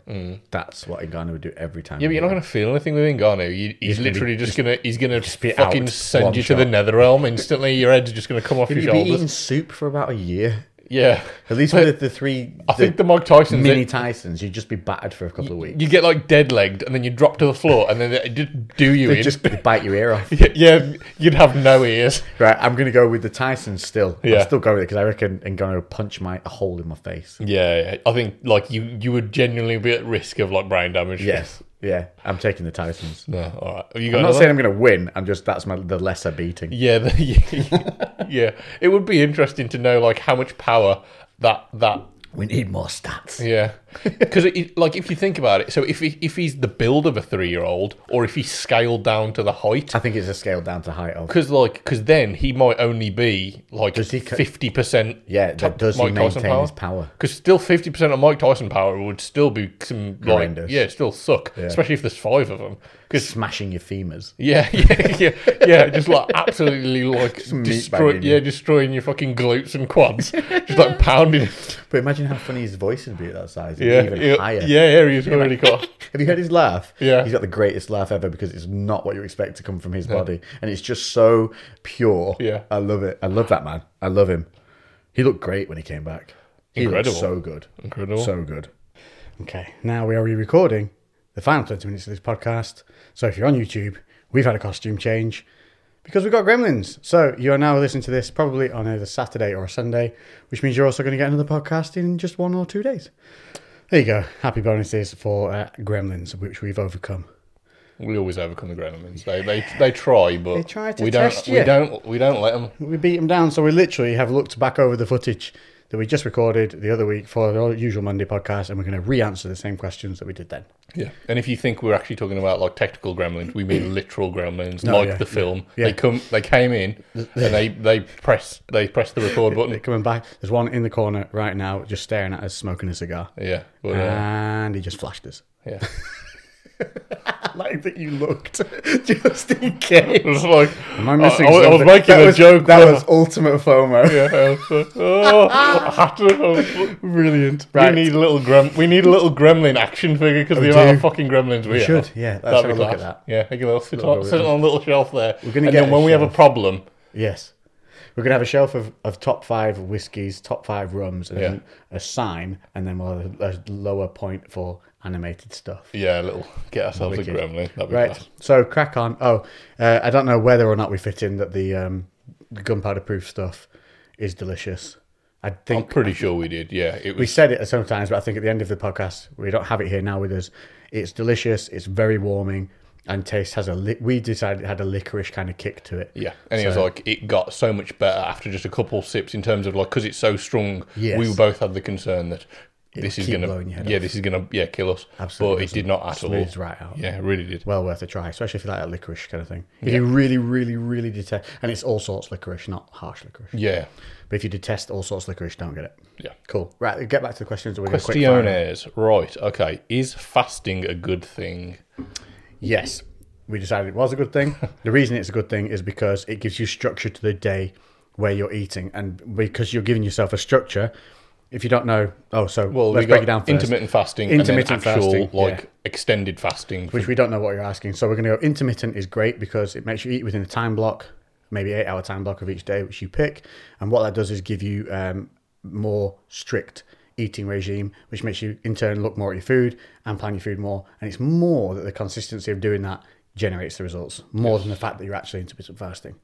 That's what Ngannou would do every time. Mm. Yeah, but you're not going to feel anything with Ngannou. You, he's gonna be- literally just gonna he's gonna be fucking out one send you to the shot. nether realm instantly. Your head's just gonna come off your You'd be eating shoulders. soup for about a year. Yeah, At least But with the, the three. I think the Mike Tyson's mini it- Tysons, you'd just be battered for a couple of weeks. you get like dead legged and then you drop to the floor and then they just do you They in. just bite your ear off. yeah, you'd have no ears. Right, I'm going to go with the Tysons still. Yeah. I'm still going with it because I reckon I'm going to punch my a hole in my face. Yeah, yeah, I think like you you would genuinely be at risk of like brain damage. Yes. Yeah, I'm taking the Tysons. No. All right. Have you got I'm not another? saying I'm going to win. I'm just that's my the lesser beating. Yeah, the, yeah. It would be interesting to know like how much power that that We need more stats. Yeah, because like if you think about it, so if he, if he's the build of a three year old, or if he's scaled down to the height, I think it's a scale down to height of. because like because then he might only be like Does he ca- fifty percent. Yeah, that does he maintain his power? Because still fifty percent of Mike Tyson power would still be some like Horrendous. yeah, still suck, especially if there's five of them. Because Smashing your femurs. yeah, yeah, yeah, yeah, just like absolutely like meat destroy, bagging you. yeah, destroying your fucking glutes and quads, just like pounding. But imagine how funny his voice would be at that size. Yeah, even yeah, higher. yeah, yeah, he's already got. Have you heard his laugh? Yeah. He's got the greatest laugh ever because it's not what you expect to come from his body. And it's just so pure. Yeah. I love it. I love that man. I love him. He looked great when he came back. He looked Incredible. so good. Incredible. So good. Okay. Now we are re recording the final 20 minutes of this podcast. So if you're on YouTube, we've had a costume change because we've got gremlins. So you are now listening to this probably on either Saturday or a Sunday, which means you're also going to get another podcast in just one or two days. There you go. Happy bonuses for uh, Gremlins, which we've overcome. We always overcome the gremlins. They they they try, but They try to we don't test we you. don't we don't let them. We beat them down, so we literally have looked back over the footage that we just recorded the other week for our usual Monday podcast, and we're going to re-answer the same questions that we did then. Yeah. And if you think we're actually talking about like technical gremlins, we mean literal gremlins, No, like yeah, the film. yeah. They come they came in and they they press they press the record They're button. coming back. There's one in the corner right now, just staring at us, smoking a cigar, Yeah. But, uh, and he just flashed us. yeah. I like that you looked, just in case. It was like Am I missing? I was something? making That a was- joke, That but- was ultimate FOMO. yeah, I was like, oh, I had to- I was- Brilliant. We need a little grem. We need a little gremlin action figure because the We amount do. of fucking gremlins we, We have. should, yeah, let's That'd have be a look at class. that. Yeah, take a little sit, Look on, over sit it. on a little shelf there. We're gonna and get then a when we have a shelf. problem, Yes. We're going to have a shelf of, of top five whiskies, top five rums, and Yeah. then a sign, and then we'll have a, a lower point for animated stuff. yeah, a little get ourselves Wicked. a gremlin. That'd be Right. class. So crack on. Oh, uh, I don't know whether or not we fit in that the, um, the gunpowder proof stuff is delicious. I I'm think pretty sure we did. Yeah, it we was. said it sometimes, but I think at the end of the podcast, we don't have it here now with us. It's delicious. It's very warming, and taste has a. Li- we decided it had a licorice kind of kick to it. yeah, and it was So- like it got so much better after just a couple sips in terms of like because it's so strong. Yes. We both had the concern that this is keep gonna blowing your head yeah off. this is gonna yeah kill us. Absolutely but it doesn't. did not at Smooths all. right out. Yeah, it really did. well worth a try, especially if you like that licorice kind of thing. If you really, really, really detest, and it's all sorts licorice, not harsh licorice. Yeah, But if you detest all sorts licorice, don't get it. yeah. Cool. Right, get back to the questions. We're gonna quick fire them. Questionnaires. Right. Okay. Is fasting a good thing? Yes, we decided it was a good thing. the reason it's a good thing is because it gives you structure to the day where you're eating, and because you're giving yourself a structure. If you don't know, oh, so Well, let's we break got it down first. intermittent fasting, Intermittent and then actual fasting, like yeah. extended fasting. which we don't know what you're asking. So we're going to go intermittent is great because it makes you eat within a time block, maybe eight hour time block of each day, which you pick. And what that does is give you um, more strict eating regime, which makes you in turn look more at your food and plan your food more. And it's more that the consistency of doing that generates the results more than the fact that you're actually intermittent fasting.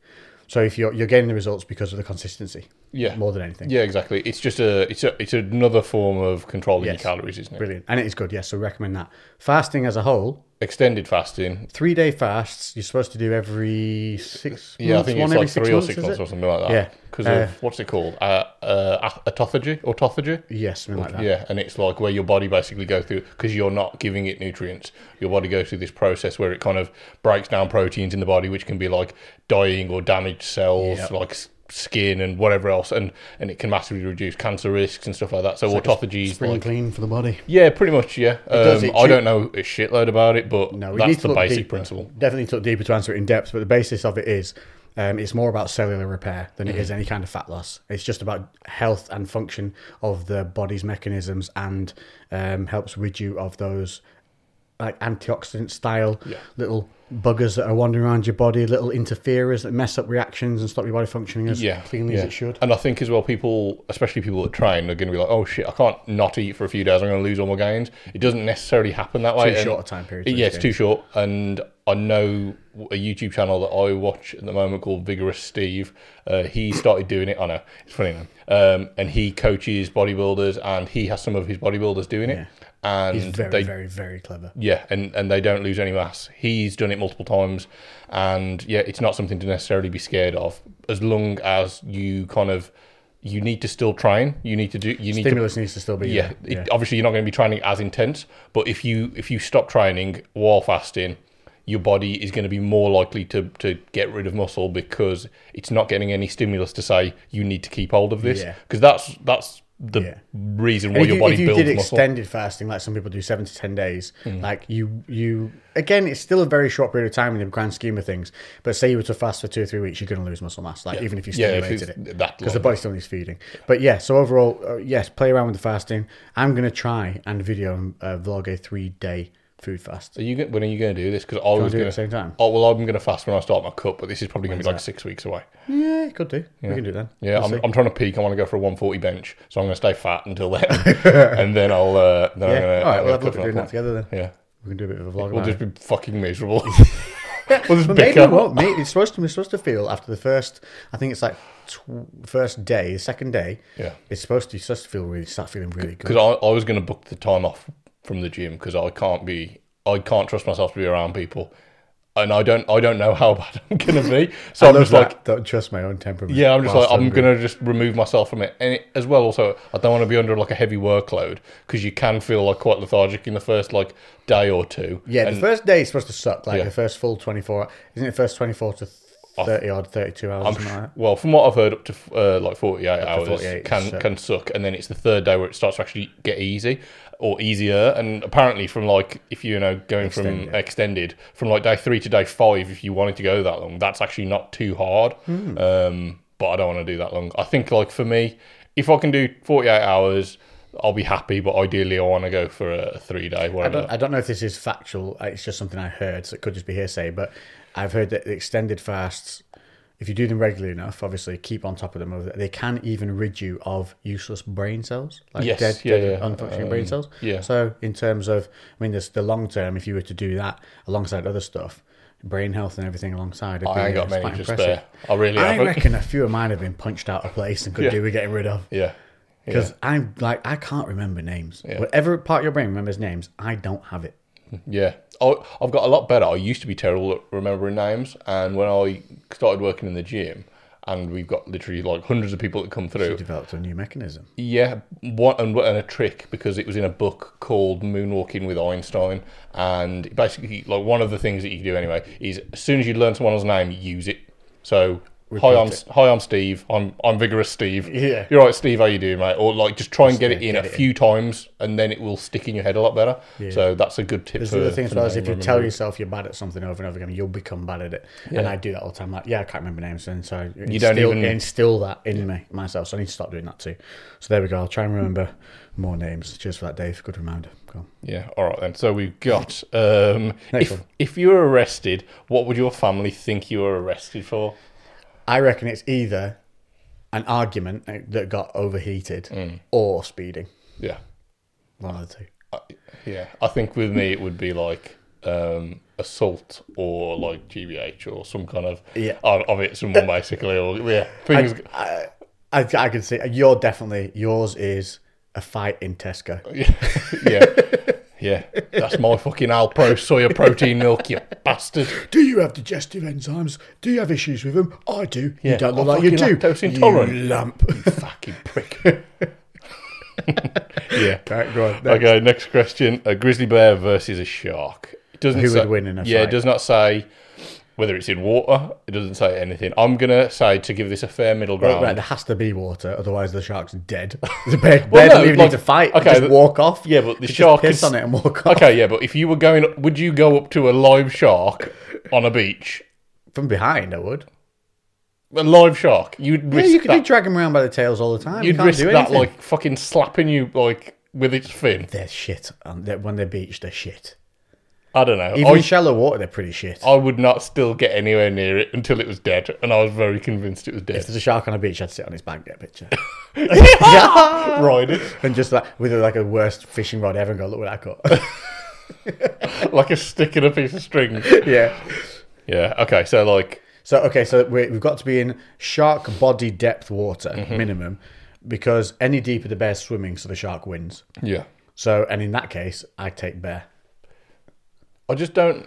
So if you're you're getting the results because of the consistency, Yeah. more than anything, yeah, exactly. It's just a it's a it's another form of controlling Yes. your calories, isn't it? brilliant, and it is good. Yes, so recommend that. Fasting as a whole, Extended fasting. three day fasts you're supposed to do every six Yeah, months, I think Mm, one it's every like six three months, or six is months it? or something like that. Yeah. Because Uh, of what's it called? Uh, uh, autophagy, autophagy. Yes, something like that. Yeah, and it's like where your body basically goes through because you're not giving it nutrients. Your body goes through this process where it kind of breaks down proteins in the body, which can be like dying or damaged cells, Yep. like s- skin and whatever else, and and it can massively reduce cancer risks and stuff like that. So autophagy is Spring like. clean for the body. Yeah, pretty much. Yeah, does um, it I too. don't know a shitload about it, but No, we need that's to the look basic deeper. principle. Definitely took deeper to answer it in depth, but the basis of it is um, it's more about cellular repair than Mm-hmm. it is any kind of fat loss. It's just about health and function of the body's mechanisms and um, helps rid you of those like antioxidant style Yeah. little buggers that are wandering around your body, little interferers that mess up reactions and stop your body functioning as Yeah, cleanly as yeah. it should. And I think as well, people, especially people that train, are going to be like, "Oh shit, I can't not eat for a few days. I'm going to lose all my gains." It doesn't necessarily happen that way. Too and- short a time period. to Yeah, it's escape. too short. And I know a YouTube channel that I watch at the moment called Vigorous Steve. Uh, he started doing it. I know it's funny name. Um, and he coaches bodybuilders, and he has some of his bodybuilders doing it. And He's very, they very, very clever. yeah, and, and they don't lose any mass. He's done it multiple times, and yeah, it's not something to necessarily be scared of. As long as you kind of, you need to still train. You need to do. You need to Stimulus needs to still be yeah, there. It, obviously you're not going to be training as intense but if you if you stop training while fasting your body is going to be more likely to to get rid of muscle because it's not getting any stimulus to say you need to keep hold of this Yeah. because that's that's the Yeah. reason why And if your you, body if you builds did muscle Mm. extended fasting, like some people do, seven to ten days, like you, you again, it's still a very short period of time in the grand scheme of things. But say you were to fast for two or three weeks, you're going to lose muscle mass, like even if you Yeah, if stimulated it's it, that because the long. body still needs feeding. But yeah, so overall, uh, yes, play around with the fasting. I'm going to try and video and uh, vlog a three day food fast. are you go- when are you going to do this because i was do it going at the same time? oh well i'm going to fast when i start my cup but this is probably going to be like six weeks away Yeah, could do. We can do that. Yeah, We'll I'm, see. I'm trying to peak. I want to go for a 140 bench, so I'm going to stay fat until then, and then I'll. Uh, then I'm yeah. gonna, All right, we'll I'm gonna have a cut look at my doing pork. that together then. Yeah, We can do a bit of a vlog. we'll about just it. be fucking miserable. we'll just But maybe bicker. it won't. Maybe it's supposed to it's supposed to feel after the first. I think it's like tw- first day, the second day. Yeah. it's supposed to. It's supposed to feel really start feeling really good. because I, I was going to book the time off from the gym because I can't be I can't trust myself to be around people, and I don't I don't know how bad I'm gonna be. So I I'm love just that. like. don't trust my own temperament. Yeah, I'm just like Whilst um, I'm hungry. gonna just remove myself from it, and it, as well, also I don't want to be under like a heavy workload because you can feel like quite lethargic in the first like day or two. Yeah, and the first day is supposed to suck. Like Yeah. the first full 24, isn't it? First 24 to 30 odd, 32 hours. something like that. Well, from what I've heard, up to uh, like forty-eight hours 48, can so- can suck, and then it's the third day where it starts to actually get easy or easier. And apparently, from like if you know going Extended. from extended from like day three to day five, if you wanted to go that long, that's actually not too hard. Hmm. Um, but I don't want to do that long. I think like for me, if I can do forty-eight hours. I'll be happy, but ideally, I want to go for a three day. I don't, I don't know if this is factual. uh, It's just something I heard, so it could just be hearsay. But I've heard that the extended fasts, if you do them regularly enough, obviously keep on top of them. over- They can even rid you of useless brain cells, like Yes, dead, yeah, dead yeah. Um, unfunctioning brain cells. yeah. So in terms of, I mean, there's the long term. If you were to do that alongside other stuff, brain health and everything alongside, it'd be, I ain't uh, got it's many quite just impressive. there. I really I haven't. reckon a few of mine have been punched out of place and could Yeah. do with getting rid of. yeah, Because I'm like I can't remember names. Whatever part of your brain remembers names, I don't have it. Yeah. I, I've got a lot better. I used to be terrible at remembering names. And when I started working in the gym, and we've got literally like hundreds of people that come through. developed a new mechanism. Yeah, one and, and a trick because it was in a book called Moonwalking with Einstein, and basically, like one of the things that you can do anyway is as soon as you learn someone's name, use it. So, hi, I'm hi, I'm Steve. I'm I'm vigorous Steve. Yeah. you're right, Steve. How you doing, mate? Or like just try and get it in get a it in. few times, and then it will stick in your head a lot better. So that's a good tip. There's for, the other thing as for well is name if you tell remembering. yourself you're bad at something over and over again, you'll become bad at it. And I do that all the time. Like, yeah, I can't remember names, and so I don't instill, even- instill that in me myself. So I need to stop doing that too. So there we go. I'll try and remember more names. Cheers for that, Dave. Good reminder. Go on. Yeah, all right then. So we've got um, Next if one. if you were arrested, what would your family think you were arrested for? I reckon it's either an argument that got overheated Mm. or speeding. Yeah, One of the two. I, yeah. I think with me it would be like um, assault or like GBH or some kind of Yeah. of, of it someone basically or yeah things. I, I, I can see you're definitely yours is a fight in Tesco. yeah, yeah, yeah. That's my fucking Alpro soya protein milk, you bastard. Do you have digestive enzymes? Do you have issues with them? I do. Yeah, you don't look I'm like you do. fucking lactose intolerant. You lump. Fucking prick. yeah. Right, go on. Okay, next question: a grizzly bear versus a shark. It doesn't Who would say, win in a Yeah, it fight? does not say whether it's in water. It doesn't say anything. I'm gonna say to give this a fair middle ground. Right, there has to be water, otherwise the shark's dead. The bear, bear no, doesn't even like- need to fight. okay, Okay, just the- walk off. yeah, but the Just shark piss is- on it and walk off Okay, yeah, but if you were going, would you go up to a live shark on a beach? from behind. I would. A live shark, you'd Yeah, risk you could that. do drag him around by the tails all the time. You you'd can't risk do that anything. like fucking slapping you like with its fin. they're shit. Um, they're, when they're beached, they're shit. I don't know. Even I, in shallow water, they're pretty shit. I would not still get anywhere near it until it was dead, and I was very convinced it was If dead. there's a shark on a beach, I'd sit on his back, get a picture, Ride it. and just like with like a worst fishing rod ever, and go look what I caught. like a stick and a piece of string. yeah. Yeah. Okay. So like, So okay, so we we've got to be in shark body depth water Mm-hmm. minimum, because any deeper the bear's swimming, so the shark wins. yeah. So and in that case, I take bear. I just don't.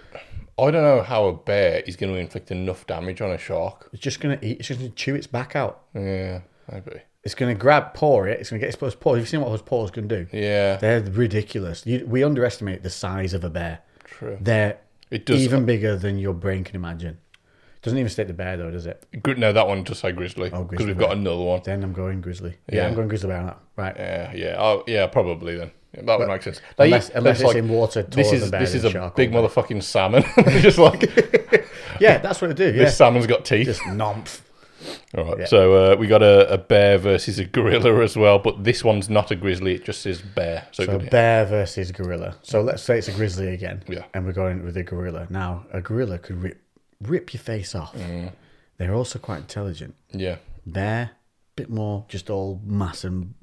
I don't know how a bear is going to inflict enough damage on a shark. It's just gonna eat. It's just gonna chew its back out. Yeah, maybe. It's gonna grab paw it. It's gonna get its paws. paws. You've seen what those paws can do. Yeah, They're ridiculous. You, we underestimate the size of a bear. true. They're It does- even bigger than your brain can imagine. Doesn't even state the bear though, does it? Gri- no, that one just say grizzly because Oh, grizzly we've got another one. Then I'm going grizzly. Yeah, Yeah. I'm going grizzly bear on that. Right. Yeah, yeah, oh, yeah. Probably then. Yeah, that would make sense. unless- that's unless it's in water taller This than is bear this than is a shark, big wouldn't motherfucking salmon. They're just like Yeah, that's what I do. Yeah. this salmon's got teeth. Just nomph. All right. So uh, we got a, a bear versus a gorilla as well, but this one's not a grizzly. It just says bear. So, it So could- bear versus gorilla. So let's say it's a grizzly again. Yeah. And we're going with a gorilla. Now, a gorilla could rip, rip your face off. Mm. They're also quite intelligent. yeah, Bear, bit more just all mass and.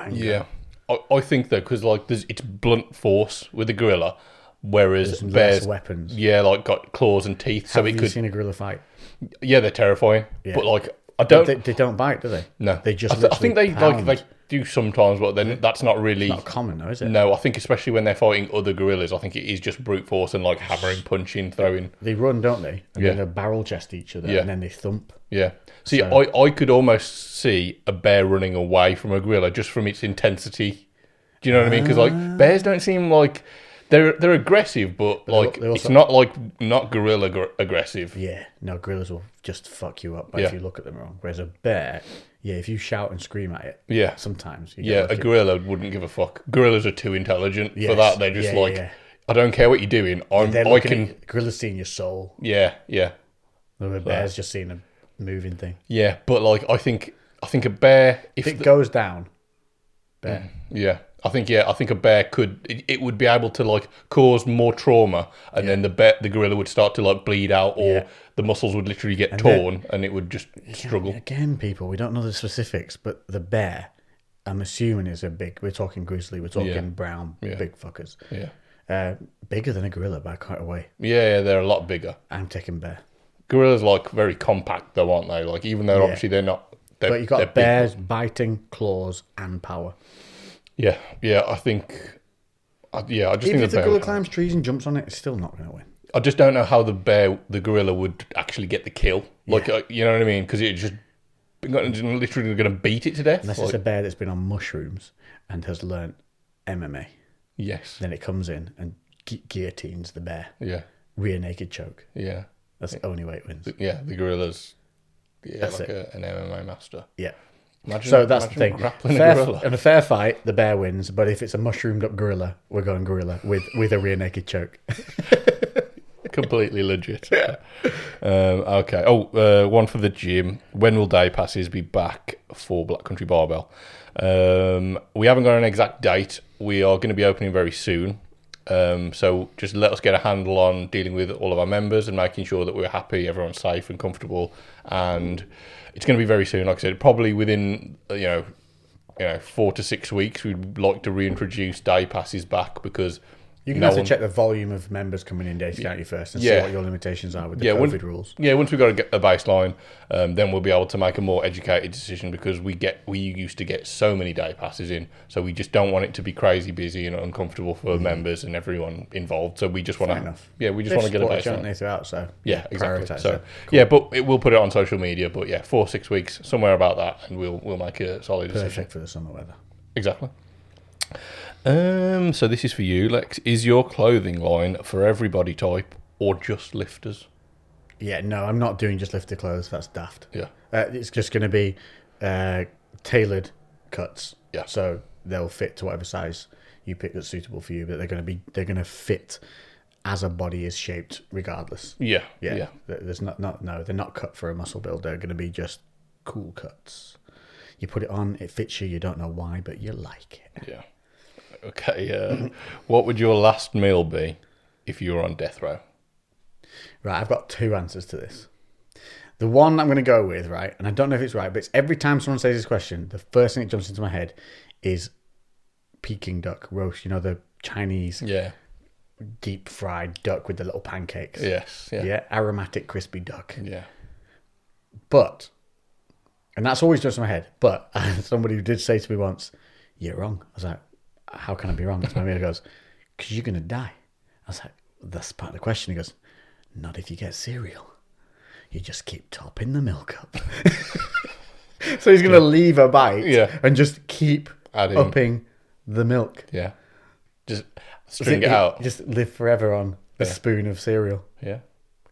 and Yeah, I, I think though because like there's it's blunt force with a gorilla, whereas less bears weapons. Yeah, like got claws and teeth, so Have it you could. seen a gorilla fight? Yeah, they're terrifying, Yeah. but like I don't. They, they don't bite, do they? no, They just. I, th- I think they literally like pound. they do sometimes, but then that's not really. Not common though, is it? no, I think especially when they're fighting other gorillas, I think it is just brute force and like hammering, punching, throwing. They run, don't they? And Yeah. then they barrel chest each other Yeah. and then they thump. Yeah. See, So- I, I could almost see a bear running away from a gorilla just from its intensity. Do you know what I mean? Because Ah. like bears don't seem like they're they're aggressive, but al- like they also- it's not like not gorilla gr- aggressive. Yeah, no, gorillas will just fuck you up Yeah. if you look at them wrong. Whereas a bear, yeah, if you shout and scream at it, Yeah. sometimes you get Yeah, a lucky. gorilla wouldn't give a fuck. Gorillas are too intelligent for Yes. that. They're just Yeah, like, yeah. I don't care what you're doing. I'm, They're I looking can. at- gorillas seeing your soul. Yeah, yeah, The bear's just seeing a moving thing. yeah. But like, I think, I think a bear. If If it the- goes down, bear. yeah, I think yeah, I think a bear could. It, it would be able to like cause more trauma, and then the bear, the gorilla would start to like bleed out, or Yeah. the muscles would literally get then- torn, and it would just struggle. Again, people, we don't know the specifics, but the bear, I'm assuming, is a big. We're talking grizzly, we're talking Yeah. brown, Yeah. big fuckers. Yeah. Uh, bigger than a gorilla by quite a way. yeah, yeah, they're a lot bigger. I'm taking bear. Gorillas like very compact, though, aren't they? Like even though Yeah. obviously they're not. They're, But you got they're big. bears biting, claws, and power. Yeah, yeah, I think. I, yeah, I just Even think if the the bear. gorilla would- climbs trees and jumps on it, it's still not going to win. I just don't know how the bear, the gorilla, would actually get the kill. Like, uh, you know what I mean? Because it just literally going to beat it to death. Unless Like, it's a bear that's been on mushrooms and has learnt MMA. yes. Then it comes in and gu- guillotines the bear. Yeah. Rear naked choke. Yeah. That's the only way it wins. Yeah. The gorilla's yeah, That's like it. a, an MMA master. Yeah. Imagine, So that's the imagine thing. Grappling Fair- a gorilla. in a fair fight, the bear wins. But if it's a mushroomed up gorilla, we're going gorilla with, with a rear naked choke. Completely legit. Um, okay. Oh, uh, one for the gym. When will day passes be back for Black Country Barbell? Um, we haven't got an exact date. We are going to be opening very soon. Um, so just let us get a handle on dealing with all of our members and making sure that we're happy, everyone's safe and comfortable. And it's going to be very soon. Like I said, probably within you know you know four to six weeks, we'd like to reintroduce day passes back because. You can no have to one- check the volume of members coming in daily, can't you, first, and Yeah. see what your limitations are with the Yeah, COVID when- rules. Yeah, once we've got a, g- a baseline, um, then we'll be able to make a more educated decision because we get we used to get so many day passes in, so we just don't want it to be crazy busy and uncomfortable for members and everyone involved. So we just want Mm-hmm. Fair to, enough. yeah, we just They've want to get a supported you, haven't baseline. they, throughout, so Yeah, exactly. prioritise So it. yeah, but it, we'll put it on social media. But yeah, four six weeks somewhere about that, and we'll we'll make a solid decision. Perfect for the summer weather. Exactly. Um, so this is for you, Lex. Is your clothing line for every body type or just lifters? Yeah, no, I'm not doing just lifted clothes. That's daft. Yeah. Uh, it's just going to be uh, tailored cuts. Yeah. So they'll fit to whatever size you pick that's suitable for you, but they're going to be they're going to fit as a body is shaped, regardless. Yeah. Yeah. Yeah. There- There's not not no, they're not cut for a muscle build. They're going to be just cool cuts. You put it on, it fits you. You don't know why, but you like it. Yeah. Okay. Uh, what would your last meal be if you were on death row? Right, I've got two answers to this. The one I'm going to go with, right, and I don't know if it's right, but it's every time someone says this question, the first thing that jumps into my head is Peking duck roast. You know the Chinese Yeah. deep fried duck with the little pancakes. Yes. Mm. Yeah. Yeah. Yeah, aromatic crispy duck. Yeah. But, and that's always just in my head. But somebody who did say to me once, "You're wrong." I was like, "How can I be wrong?" And my mate goes, "Because you're gonna die." I was like, "That's part of the question." He goes, "Not if you get cereal. You just keep topping the milk up." so he's gonna leave a bite Yeah. and just keep Adding. upping the milk. Just string it Just- out. Just live forever on a spoon of cereal. Yeah.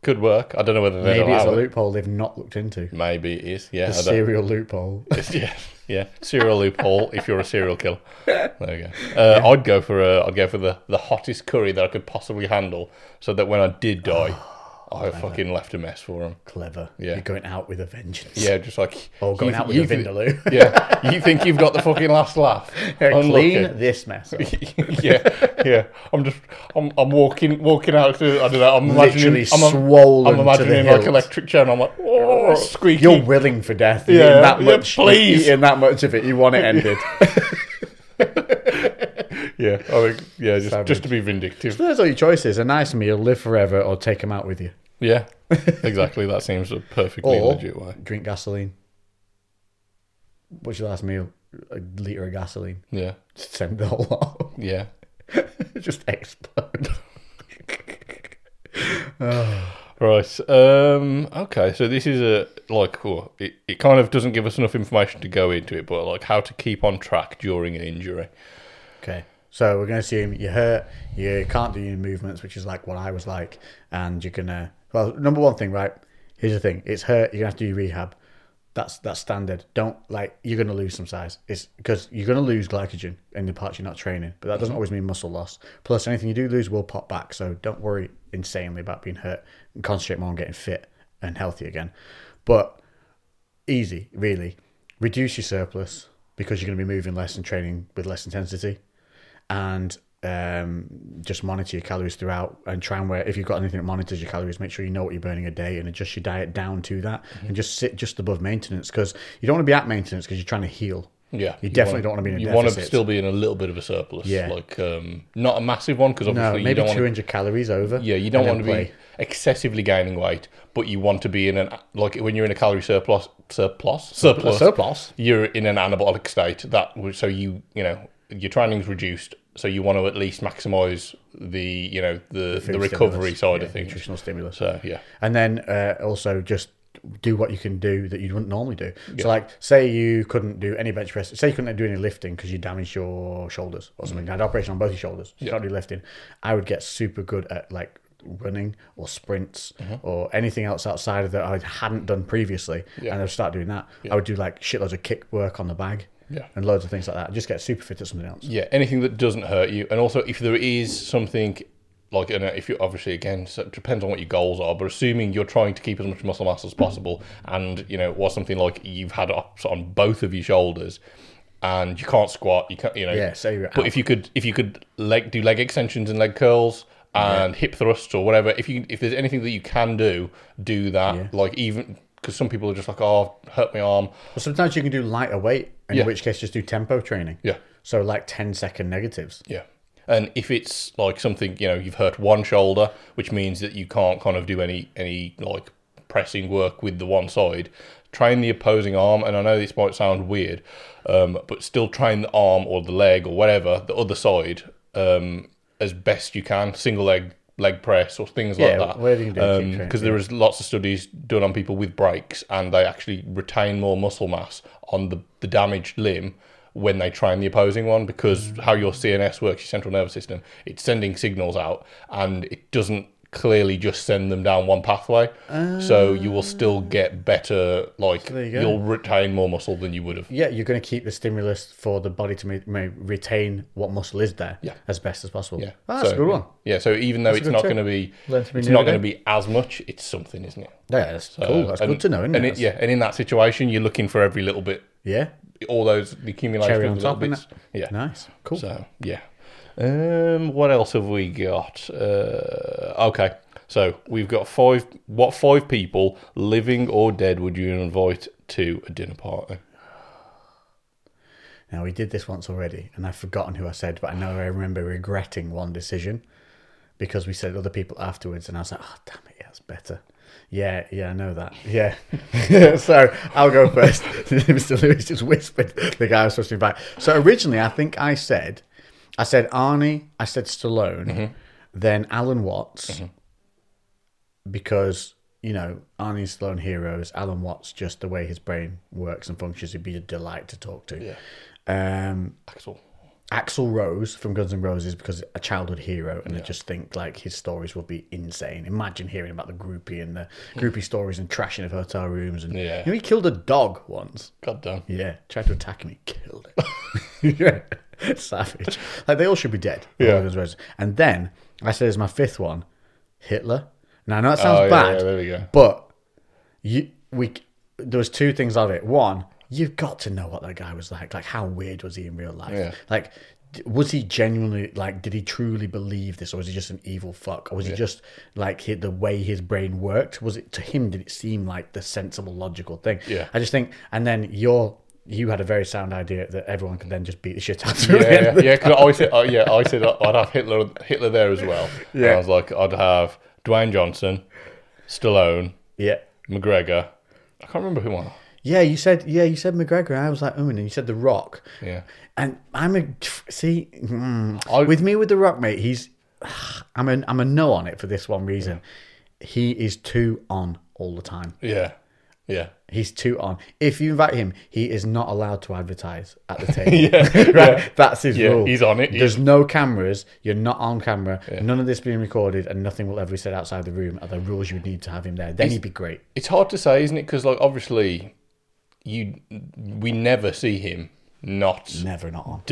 Could work. I don't know whether they Maybe it's a allow it. loophole they've not looked into. Maybe it is. A Yeah. I don't- cereal loophole. yeah. Yeah. Serial loophole. If you're a serial killer. There you go. Uh, I'd go for a, I'd go for the the hottest curry that I could possibly handle, so that when I did die, I fucking left a mess for them. Clever. Yeah. You're going out with a vengeance. Yeah, just like Or going you- out with you a think- vindaloo. Yeah, you think you've got the fucking last laugh? Unlucky. Clean this mess. up. yeah, yeah. I'm just, I'm, I'm walking, walking out. To, I don't know. I'm Literally imagining, I'm, swollen I'm imagining to the like hilt. electric chair, and I'm like, oh, squeaky. You're willing for death. You're Yeah, eating that yeah, much. you're please. eating that much of it. You want it ended. yeah, I think, yeah. Just, Savage. just to be vindictive. Those are your choices: a nice meal, live forever, or take them out with you, Yeah, exactly. That seems a perfectly or legit way. drink gasoline. What's your last meal? a liter of gasoline, Yeah. just send the whole lot. off. Yeah. just explode. Right. Um, okay. So this is a like oh, it, it kind of doesn't give us enough information to go into it, but like how to keep on track during an injury. Okay. So we're going to assume you're hurt, you can't do your movements, which is like what I was like, and you're going to. Well, number one thing, right? Here's the thing: it's hurt. You're going to have to do your rehab. That's that's standard. Don't like you're going to lose some size. It's because you're going to lose glycogen in the parts you're not training, but that doesn't always mean muscle loss. Plus, anything you do lose will pop back. So don't worry insanely about being hurt. And concentrate more on getting fit and healthy again. But easy, really. Reduce your surplus because you're going to be moving less and training with less intensity, and um, just monitor your calories throughout and try and wear. If you've got anything that monitors your calories, make sure you know what you're burning a day and adjust your diet down to that, and just sit just above maintenance because you don't want to be at maintenance because you're trying to heal. Yeah. you, definitely wanna- don't want to be in a You want deficit. to still be in a little bit of a surplus. Yeah. Like um, not a massive one because no, obviously you maybe don't want 200 calories over. Yeah, you don't and then want to play. be excessively gaining weight, but you want to be in an like when you're in a calorie surplus surplus surplus surplus. You're in an anabolic state that would- so you you know your training's reduced, so you want to at least maximize the you know the the, Food recovery stimulus. side Yeah, of things. nutritional stimulus. So yeah, and then uh, also just do what you can do that you wouldn't normally do. So, like, say you couldn't do any bench press, say you couldn't do any lifting because you damaged your shoulders or Mm. something. I had an operation on both your shoulders, so you can't do lifting. I would get super good at like running or sprints Mm-hmm. or anything else outside of that I hadn't done previously, and I would start doing that. I would do like shitloads of kick work on the bag. Yeah. And loads of things like that. Just get super fit at something else. yeah, anything that doesn't hurt you, and also if there is something. Like and if you obviously again so it depends on what your goals are, but assuming you're trying to keep as much muscle mass as possible, and you know, or something like you've had ups on both of your shoulders, and you can't squat, you can't, you know, Yeah, say you're But out. if you could, if you could leg do leg extensions and leg curls and hip thrusts or whatever, if you if there's anything that you can do, do that. Like even because some people are just like, oh, hurt my arm. But sometimes you can do lighter weight, in Yeah. which case just do tempo training. Yeah. So like 10 second negatives. Yeah. And if it's like something, you know, you've hurt one shoulder, which means that you can't kind of do any any like pressing work with the one side, train the opposing arm. And I know this might sound weird, um, but still train the arm or the leg or whatever the other side um, as best you can, single leg leg press or things Yeah, like that. whatever you can do to keep Um, training, 'cause there is lots of studies done on people with breaks, and they actually retain more muscle mass on the, the damaged limb when they train the opposing one because Mm. how your CNS works, your central nervous system, it's sending signals out, and it doesn't clearly just send them down one pathway. so you will still get better, like Ah. there you go. will retain more muscle than you would have. yeah, you're going to keep the stimulus for the body to may, may retain what muscle is there Yeah. as best as possible. Yeah, Ah, that's So- a good one. Yeah, so even though That's a it's good not tip. going to be, Learn something it's new not every going to be as much. It's something, isn't it? Uh, Yeah, that's cool. That's and- good to know, isn't and it? it- Yeah, and in that situation, you're looking for every little bit, yeah, all those the accumulation Cherry of on little top, bits. innit? Yeah. nice, cool. So yeah. Um, what else have we got? Uh, okay, so we've got five. What five people, living or dead, would you invite to a dinner party? Now we did this once already, and I've forgotten who I said, but I know I remember regretting one decision because we said other people afterwards, and I was like, oh damn it, yeah, that's better. Yeah, yeah, I know that. Yeah, so I'll go first. Mr. Lewis just whispered the guy I was supposed to invite. So originally, I think I said, I said Arnie, I said Stallone, then Alan Watts, because you know Arnie and Stallone heroes. Alan Watts, just the way his brain works and functions, it'd be a delight to talk to. Um, Axel. Axel Rose from Guns N' Roses because a childhood hero, and I just think like his stories would be insane. Imagine hearing about the groupie and the groupie stories and trashing of hotel rooms, and Yeah. you know he killed a dog once. God damn. Yeah, tried to attack me, killed it. yeah, savage. Like they all should be dead. all Yeah. of those words. And then I said as my fifth one, Hitler. Now I know that Oh, sounds yeah, bad, yeah, there we go. but you we there was two things of it. One, you've got to know what that guy was like. Like how weird was he in real life? Yeah. Like d- was he genuinely like did he truly believe this or was he just an evil fuck or was he just like he, the way his brain worked was it to him did it seem like the sensible logical thing Yeah. I just think, and then you're you had a very sound idea that everyone could then just beat the shit out of yeah, Yeah, yeah, yeah. Because I said, uh, yeah, I said I'd have Hitler, Hitler there as well. Yeah, and I was like, I'd have Dwayne Johnson, Stallone, yeah. McGregor. I can't remember who I. Yeah, you said yeah, you said McGregor. and I was like, oh, and you said The Rock, Yeah. and I'm a see mm, I- with me with The Rock, mate. He's I'm a I'm a no on it for this one reason. He is too on all the time. Yeah. Yeah. He's too on. If you invite him, he is not allowed to advertise at the table. Yeah, right. yeah. That's his Yeah, rule. he's on it. There's no cameras. You're not on camera. None of this being recorded, and nothing will ever be said outside the room. Are the rules you would need to have him there? Then he'd be great. It's hard to say, isn't it? Because like obviously, you we never see him not Never not on.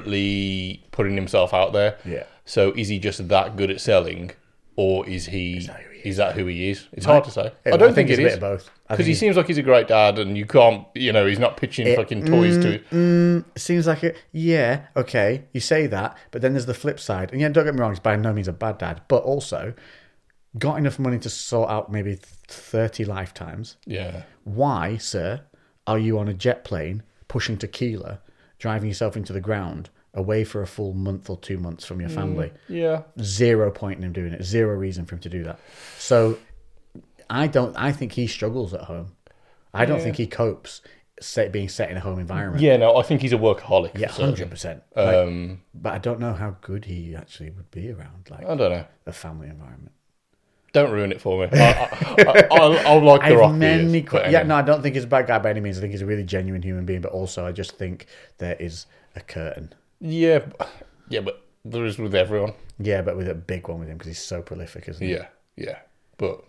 deliberately putting himself out there. Yeah. So is he just that good at selling, or is he? Is that who he is? It's hard to say. I don't think, it's it a is bit of both. I think because he seems like he's a great dad, and you can't, you know, he's not pitching fucking toys to. Mm. it seems like it. Yeah, okay, you say that, but then there's the flip side. And yeah, don't get me wrong, he's by no means a bad dad, but also got enough money to sort out maybe thirty lifetimes. Yeah. Why, sir, are you on a jet plane pushing tequila, driving yourself into the ground, away for a full month or two months from your family? Yeah. Zero point in him doing it. Zero reason for him to do that. So, I don't. I think he struggles at home. I don't think he copes set, being set in a home environment. Yeah. No, I think he's a workaholic. Yeah, for certain. hundred percent. uh, Um, but I don't know how good he actually would be around like I don't know. a family environment. Don't ruin it for me. I, I, I, I'll, I'll like the I've rock. he is, many but que- anyway. Yeah, no, I don't think he's a bad guy by any means. I think he's a really genuine human being, but also I just think there is a curtain. Yeah, b- yeah, but there is with everyone. Yeah, but with a big one with him because he's so prolific, isn't he? Yeah, yeah. But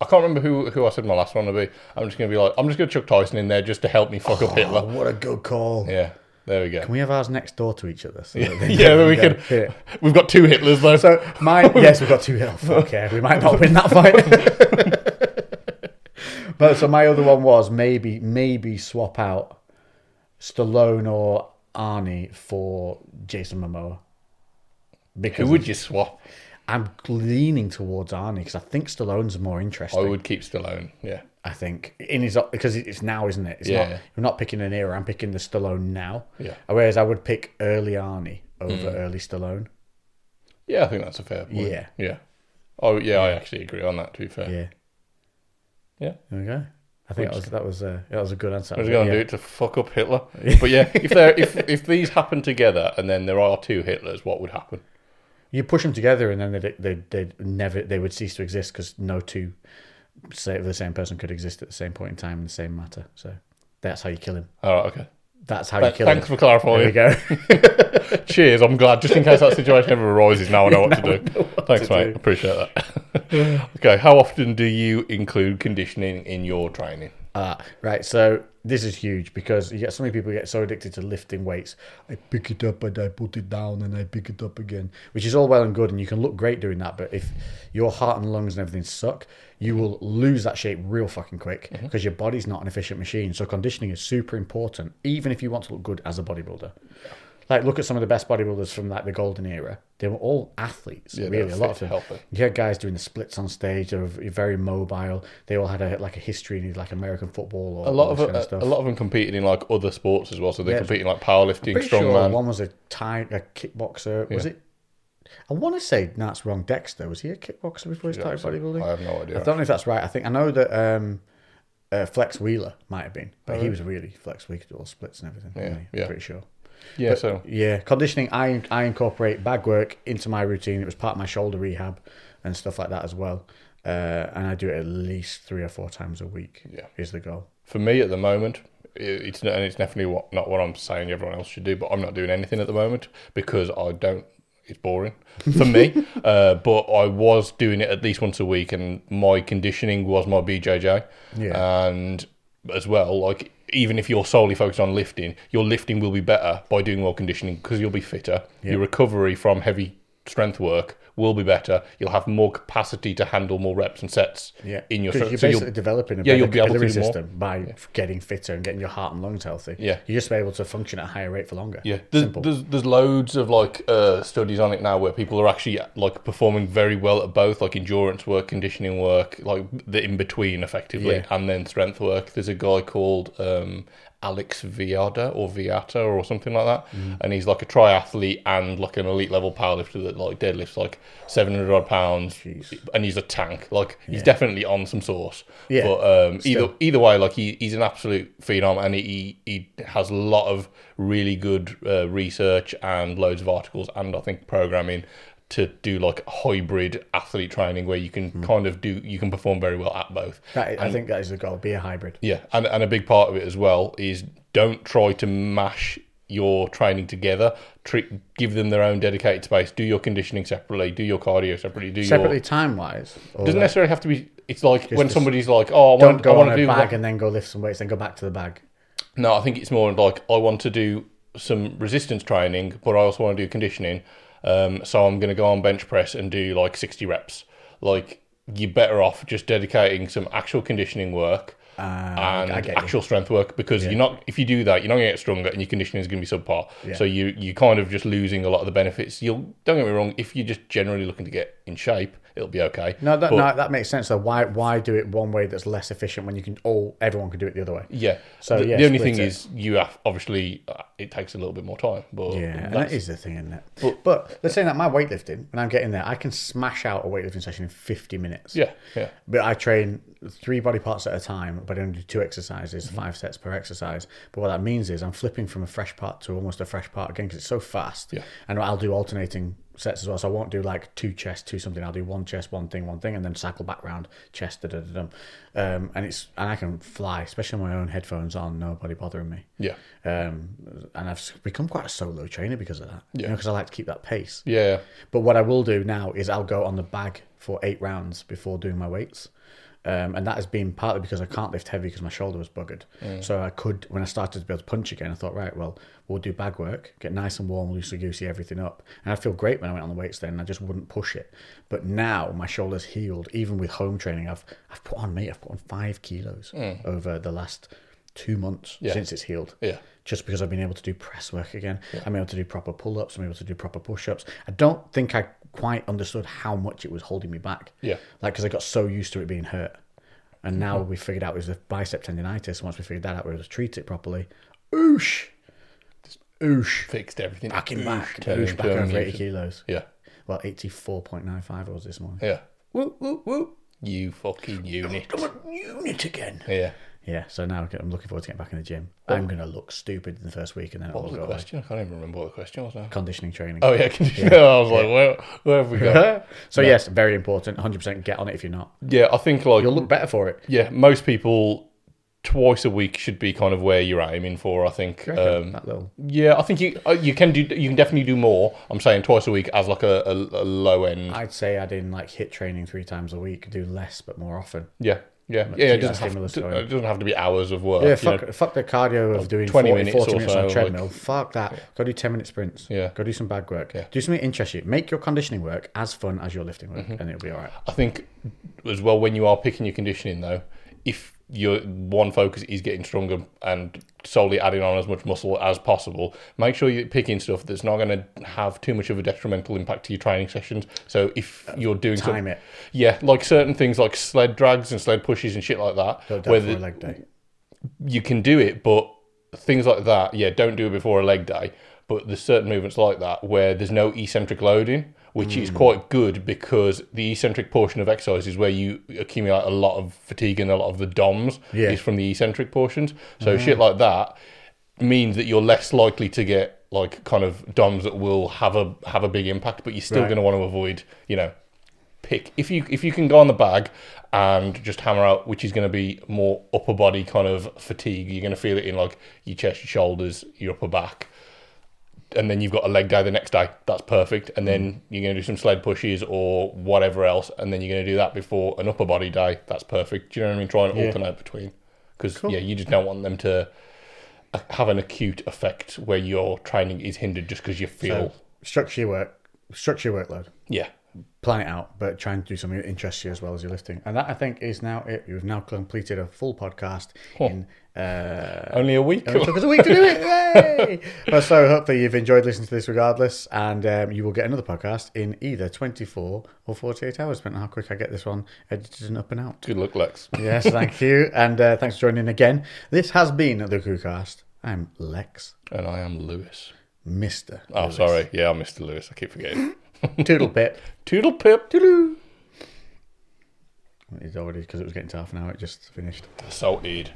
I can't remember who who I said my last one would be. I'm just gonna be like, I'm just gonna chuck Tyson in there just to help me fuck up Oh, Hitler. what a good call. Yeah, there we go. Can we have ours next door to each other? So that they yeah, know then we go can. here? We've got two Hitlers though. So my yes, we've got two health. Okay, we might not win that fight. but so my other one was maybe maybe swap out Stallone or Arnie for Jason Momoa. who Because would you swap? I'm leaning towards Arnie because I think Stallone's more I interesting. would keep Stallone. Yeah, I think in his because it's now, isn't it? It's Yeah. not I'm not picking an era. I'm picking the Stallone now. Yeah. Mm. Whereas I would pick early Arnie over early Stallone. yeah. I think that's a fair point. Yeah. yeah. Oh yeah, I actually agree on that. To be fair, Yeah. Yeah. There we go. I think that was that was a that was a good answer. I was going to Yeah. do it to fuck up Hitler. But yeah, if they if if these happen together and then there are two Hitlers, what would happen? You push them together, and then they they they never they would cease to exist because no two say the same person could exist at the same point in time in the same matter. So that's how you kill him. All right, okay. That's how you Th- kill thanks him. for clarifying. There we go. Cheers. I'm glad. Just in case that situation ever arises, now I know what to do. Thanks, to mate. do. Appreciate that. okay. How often do you include conditioning in your training? Uh, right, so this is huge because you get so many people get so addicted to lifting weights. I pick it up and I put it down and I pick it up again, which is all well and good, and you can look great doing that. But if your heart and lungs and everything suck, you will lose that shape real fucking quick Mm-hmm. because your body's not an efficient machine. So conditioning is super important, even if you want to look good as a bodybuilder. Like, look at some of the best bodybuilders from like the golden era. They were all athletes, Yeah, they really. were A lot fit of them. and healthy. You had guys doing the splits on stage. They were very mobile. They all had a, like a history in like American football or A lot of uh, this kind a, stuff. a lot of them competed in like other sports as well. So they Yeah. compete in like powerlifting, Pretty sure strongman. one was a Thai, a kickboxer. Was Yeah. it? I want to say no, that's wrong. Dexter was he a kickboxer before he started bodybuilding? I have no idea. I don't know if that's right. I think I know that um, uh, Flex Wheeler might have been, but he was really Flex. We could do all splits and everything. Yeah, Oh, yeah. pretty sure. yeah. so Yeah, conditioning. I I incorporate bag work into my routine. It was part of my shoulder rehab and stuff like that as well. Uh, and I do it at least three or four times a week. Yeah. is the goal. for me at the moment, i- it's not, and it's definitely what, not what I'm saying everyone else should do, but I'm not doing anything at the moment because I don't. It's boring for me, uh, but I was doing it at least once a week, and my conditioning was my BJJ. Yeah. and as well, like even if you're solely focused on lifting, your lifting will be better by doing more conditioning because you'll be fitter. Your recovery from heavy strength work will be better. You'll have more capacity to handle more reps and sets Yeah, in your because strength. you're so you'll- basically developing a yeah, better you'll be able to capillary do more. system by getting fitter and getting your heart and lungs healthy. Yeah. you're just able to function at a higher rate for longer. Yeah, there's, simple. there's there's loads of like uh, studies on it now where people are actually like performing very well at both, like endurance work, conditioning work, like the in between effectively, Yeah. and then strength work. There's a guy called um, Alex Viada or Mm-hmm. Viata or something like that, and he's like a triathlete and like an elite level powerlifter that like deadlifts like seven hundred odd pounds, Jeez. and he's a tank. Like he's Yeah. definitely on some sauce. Yeah. But um, either Still. either way, like he, he's an absolute phenom, and he he has a lot of really good uh, research and loads of articles, and I think programming to do like hybrid athlete training where you Hmm. can kind of do you can perform very well at both. That, I think that is the goal. Be a hybrid. Yeah, and, and a big part of it as well is don't try to mash your training together. Tr- give them their own dedicated space. Do your conditioning separately. Do your cardio separately. Do Separately, your time wise, doesn't necessarily have to be. It's like when just- somebody's like, "Oh, I don't want, I go on want a to do." bag like- and then go lift some weights, then go back to the bag. No, I think it's more like I want to do some resistance training, but I also want to do conditioning. Um, so I'm going to go on bench press and do like 60 reps. Like you're better off just dedicating some actual conditioning work and Ah, I get you. actual strength work because you're not. If you do that, you're not going to get stronger, and your conditioning is going to be subpar. Yeah. So you you kind of just losing a lot of the benefits. You'll don't get me wrong. If you're just generally looking to get in shape, it'll be okay. No, that But- no, that makes sense. Though, why why do it one way that's less efficient when you can all everyone can do it the other way? Yeah. So, the, yeah, the only split thing it. is you have obviously uh, it takes a little bit more time, but Yeah, and that's- that is the thing, isn't it? But, let's say that my weightlifting, when I'm getting there, I can smash out a weightlifting session in 50 minutes. Yeah, yeah, But I train three body parts at a time, but I only do two exercises, Mm-hmm. five sets per exercise. But what that means is I'm flipping from a fresh part to almost a fresh part again because it's so fast. Yeah. And I'll do alternating sets as well. So I won't do like two chest, two something. I'll do one chest, one thing, one thing, and then cycle back round chest, da da da dum. Um, and it's and I can fly, especially with my own headphones on, nobody bothering me. yeah, Um, and I've become quite a solo trainer because of that. Yeah. You know, because I like to keep that pace. yeah. But what I will do now is I'll go on the bag for eight rounds before doing my weights. Um, and that has been partly because I can't lift heavy because my shoulder was buggered. Mm. So I could, when I started to be able to punch again, I thought, right, well, we'll do bag work, get nice and warm, loosey goosey, everything up. And I feel great when I went on the weights then. I just wouldn't push it. But now my shoulder's healed. Even with home training, I've I've put on mate, I've put on five kilos over the last two months Mm. Yeah. since it's healed Yeah. just because I've been able to do press work again. I'm able to do proper pull ups. I'm able to do proper push ups. I don't think I quite understood how much it was holding me back. Yeah. Like, because I got so used to it being hurt. And now we figured out it was the bicep tendinitis. Once we figured that out, we were able to treat it properly. Oosh! Oosh! Fixed everything. Back in back. turning, Oosh back turning, over 80 using- kilos. Yeah, Well, 84.95 I was this morning. yeah. Woo, woo, woo. You fucking unit. I'm a unit again. Yeah. Yeah, Oh. so now I'm looking forward to getting back in the gym. I'm going to look stupid in the first week and then What it'll was go the away. question? I can't even remember what the question was now. Conditioning training. Oh yeah, conditioning. I was like, where, where have we gone? So yes, very important. 100% get on it if you're not. yeah, I think like You'll look better for it. yeah, most people twice a week should be kind of where you're aiming for. I think. Um, that little. yeah, I think you uh, you can do you can definitely do more. I'm saying twice a week as like a, a, a low end. I'd say add in like hit training three times a week. Do less but more often. Yeah, yeah, yeah. It keep that doesn't, have stimulus to, going. it doesn't have to be hours of work. Yeah, you fuck, know. fuck the cardio of doing 20 40 40 minutes minutes, or on a so, treadmill. fuck that. Go do 10 minute sprints. Yeah. Go do some bag work. Do something that interests you. Make your conditioning work as fun as your lifting Mm-hmm. work, and it'll be all right. I think as well when you are picking your conditioning though, if your one focus is getting stronger and solely adding on as much muscle as possible, make sure you're picking stuff that's not going to have too much of a detrimental impact to your training sessions. So if you're doing some- time it. yeah, like certain things like sled drags and sled pushes and shit like that, Don't do it whether for a leg day. you can do it, but things like that, yeah, don't do it before a leg day. But there's certain movements like that where there's no eccentric loading, which Mm. is quite good because the eccentric portion of exercise is where you accumulate a lot of fatigue and a lot of the DOMs Yeah. Mm. is from the eccentric portions. So shit like that means that you're less likely to get like kind of DOMs that will have a have a big impact, but you're still Right. going to want to avoid, you know, pick if you if you can go on the bag and just hammer out which is going to be more upper body kind of fatigue you're going to feel it in like your chest your shoulders your upper back and then you've got a leg day the next day that's perfect and then you're going to do some sled pushes or whatever else and then you're going to do that before an upper body day that's perfect do you know what i mean try and alternate between because yeah you just don't want them to uh, have an acute effect where your training is hindered just because you feel Structure your work. Structure your workload. yeah plan it out, but try and do something that interests you as well as your lifting. And that I think is now it. We've now completed a full podcast in. Uh, only a week it took us a week to do it. Yay! but so hopefully you've enjoyed listening to this regardless, and um, you will get another podcast in either 24 or 48 hours, depending on how quick I get this one edited and up and out. good luck lex Yes, thank you, and uh, thanks for joining again. This has been the Coocast. I'm Lex, and i am lewis Mister. Oh, sorry. Yeah, I'm Mr. Lewis. I keep forgetting. Toodle pip. Toodle pip. Toodle. It's already because it was getting to half an hour. It just finished. Salted.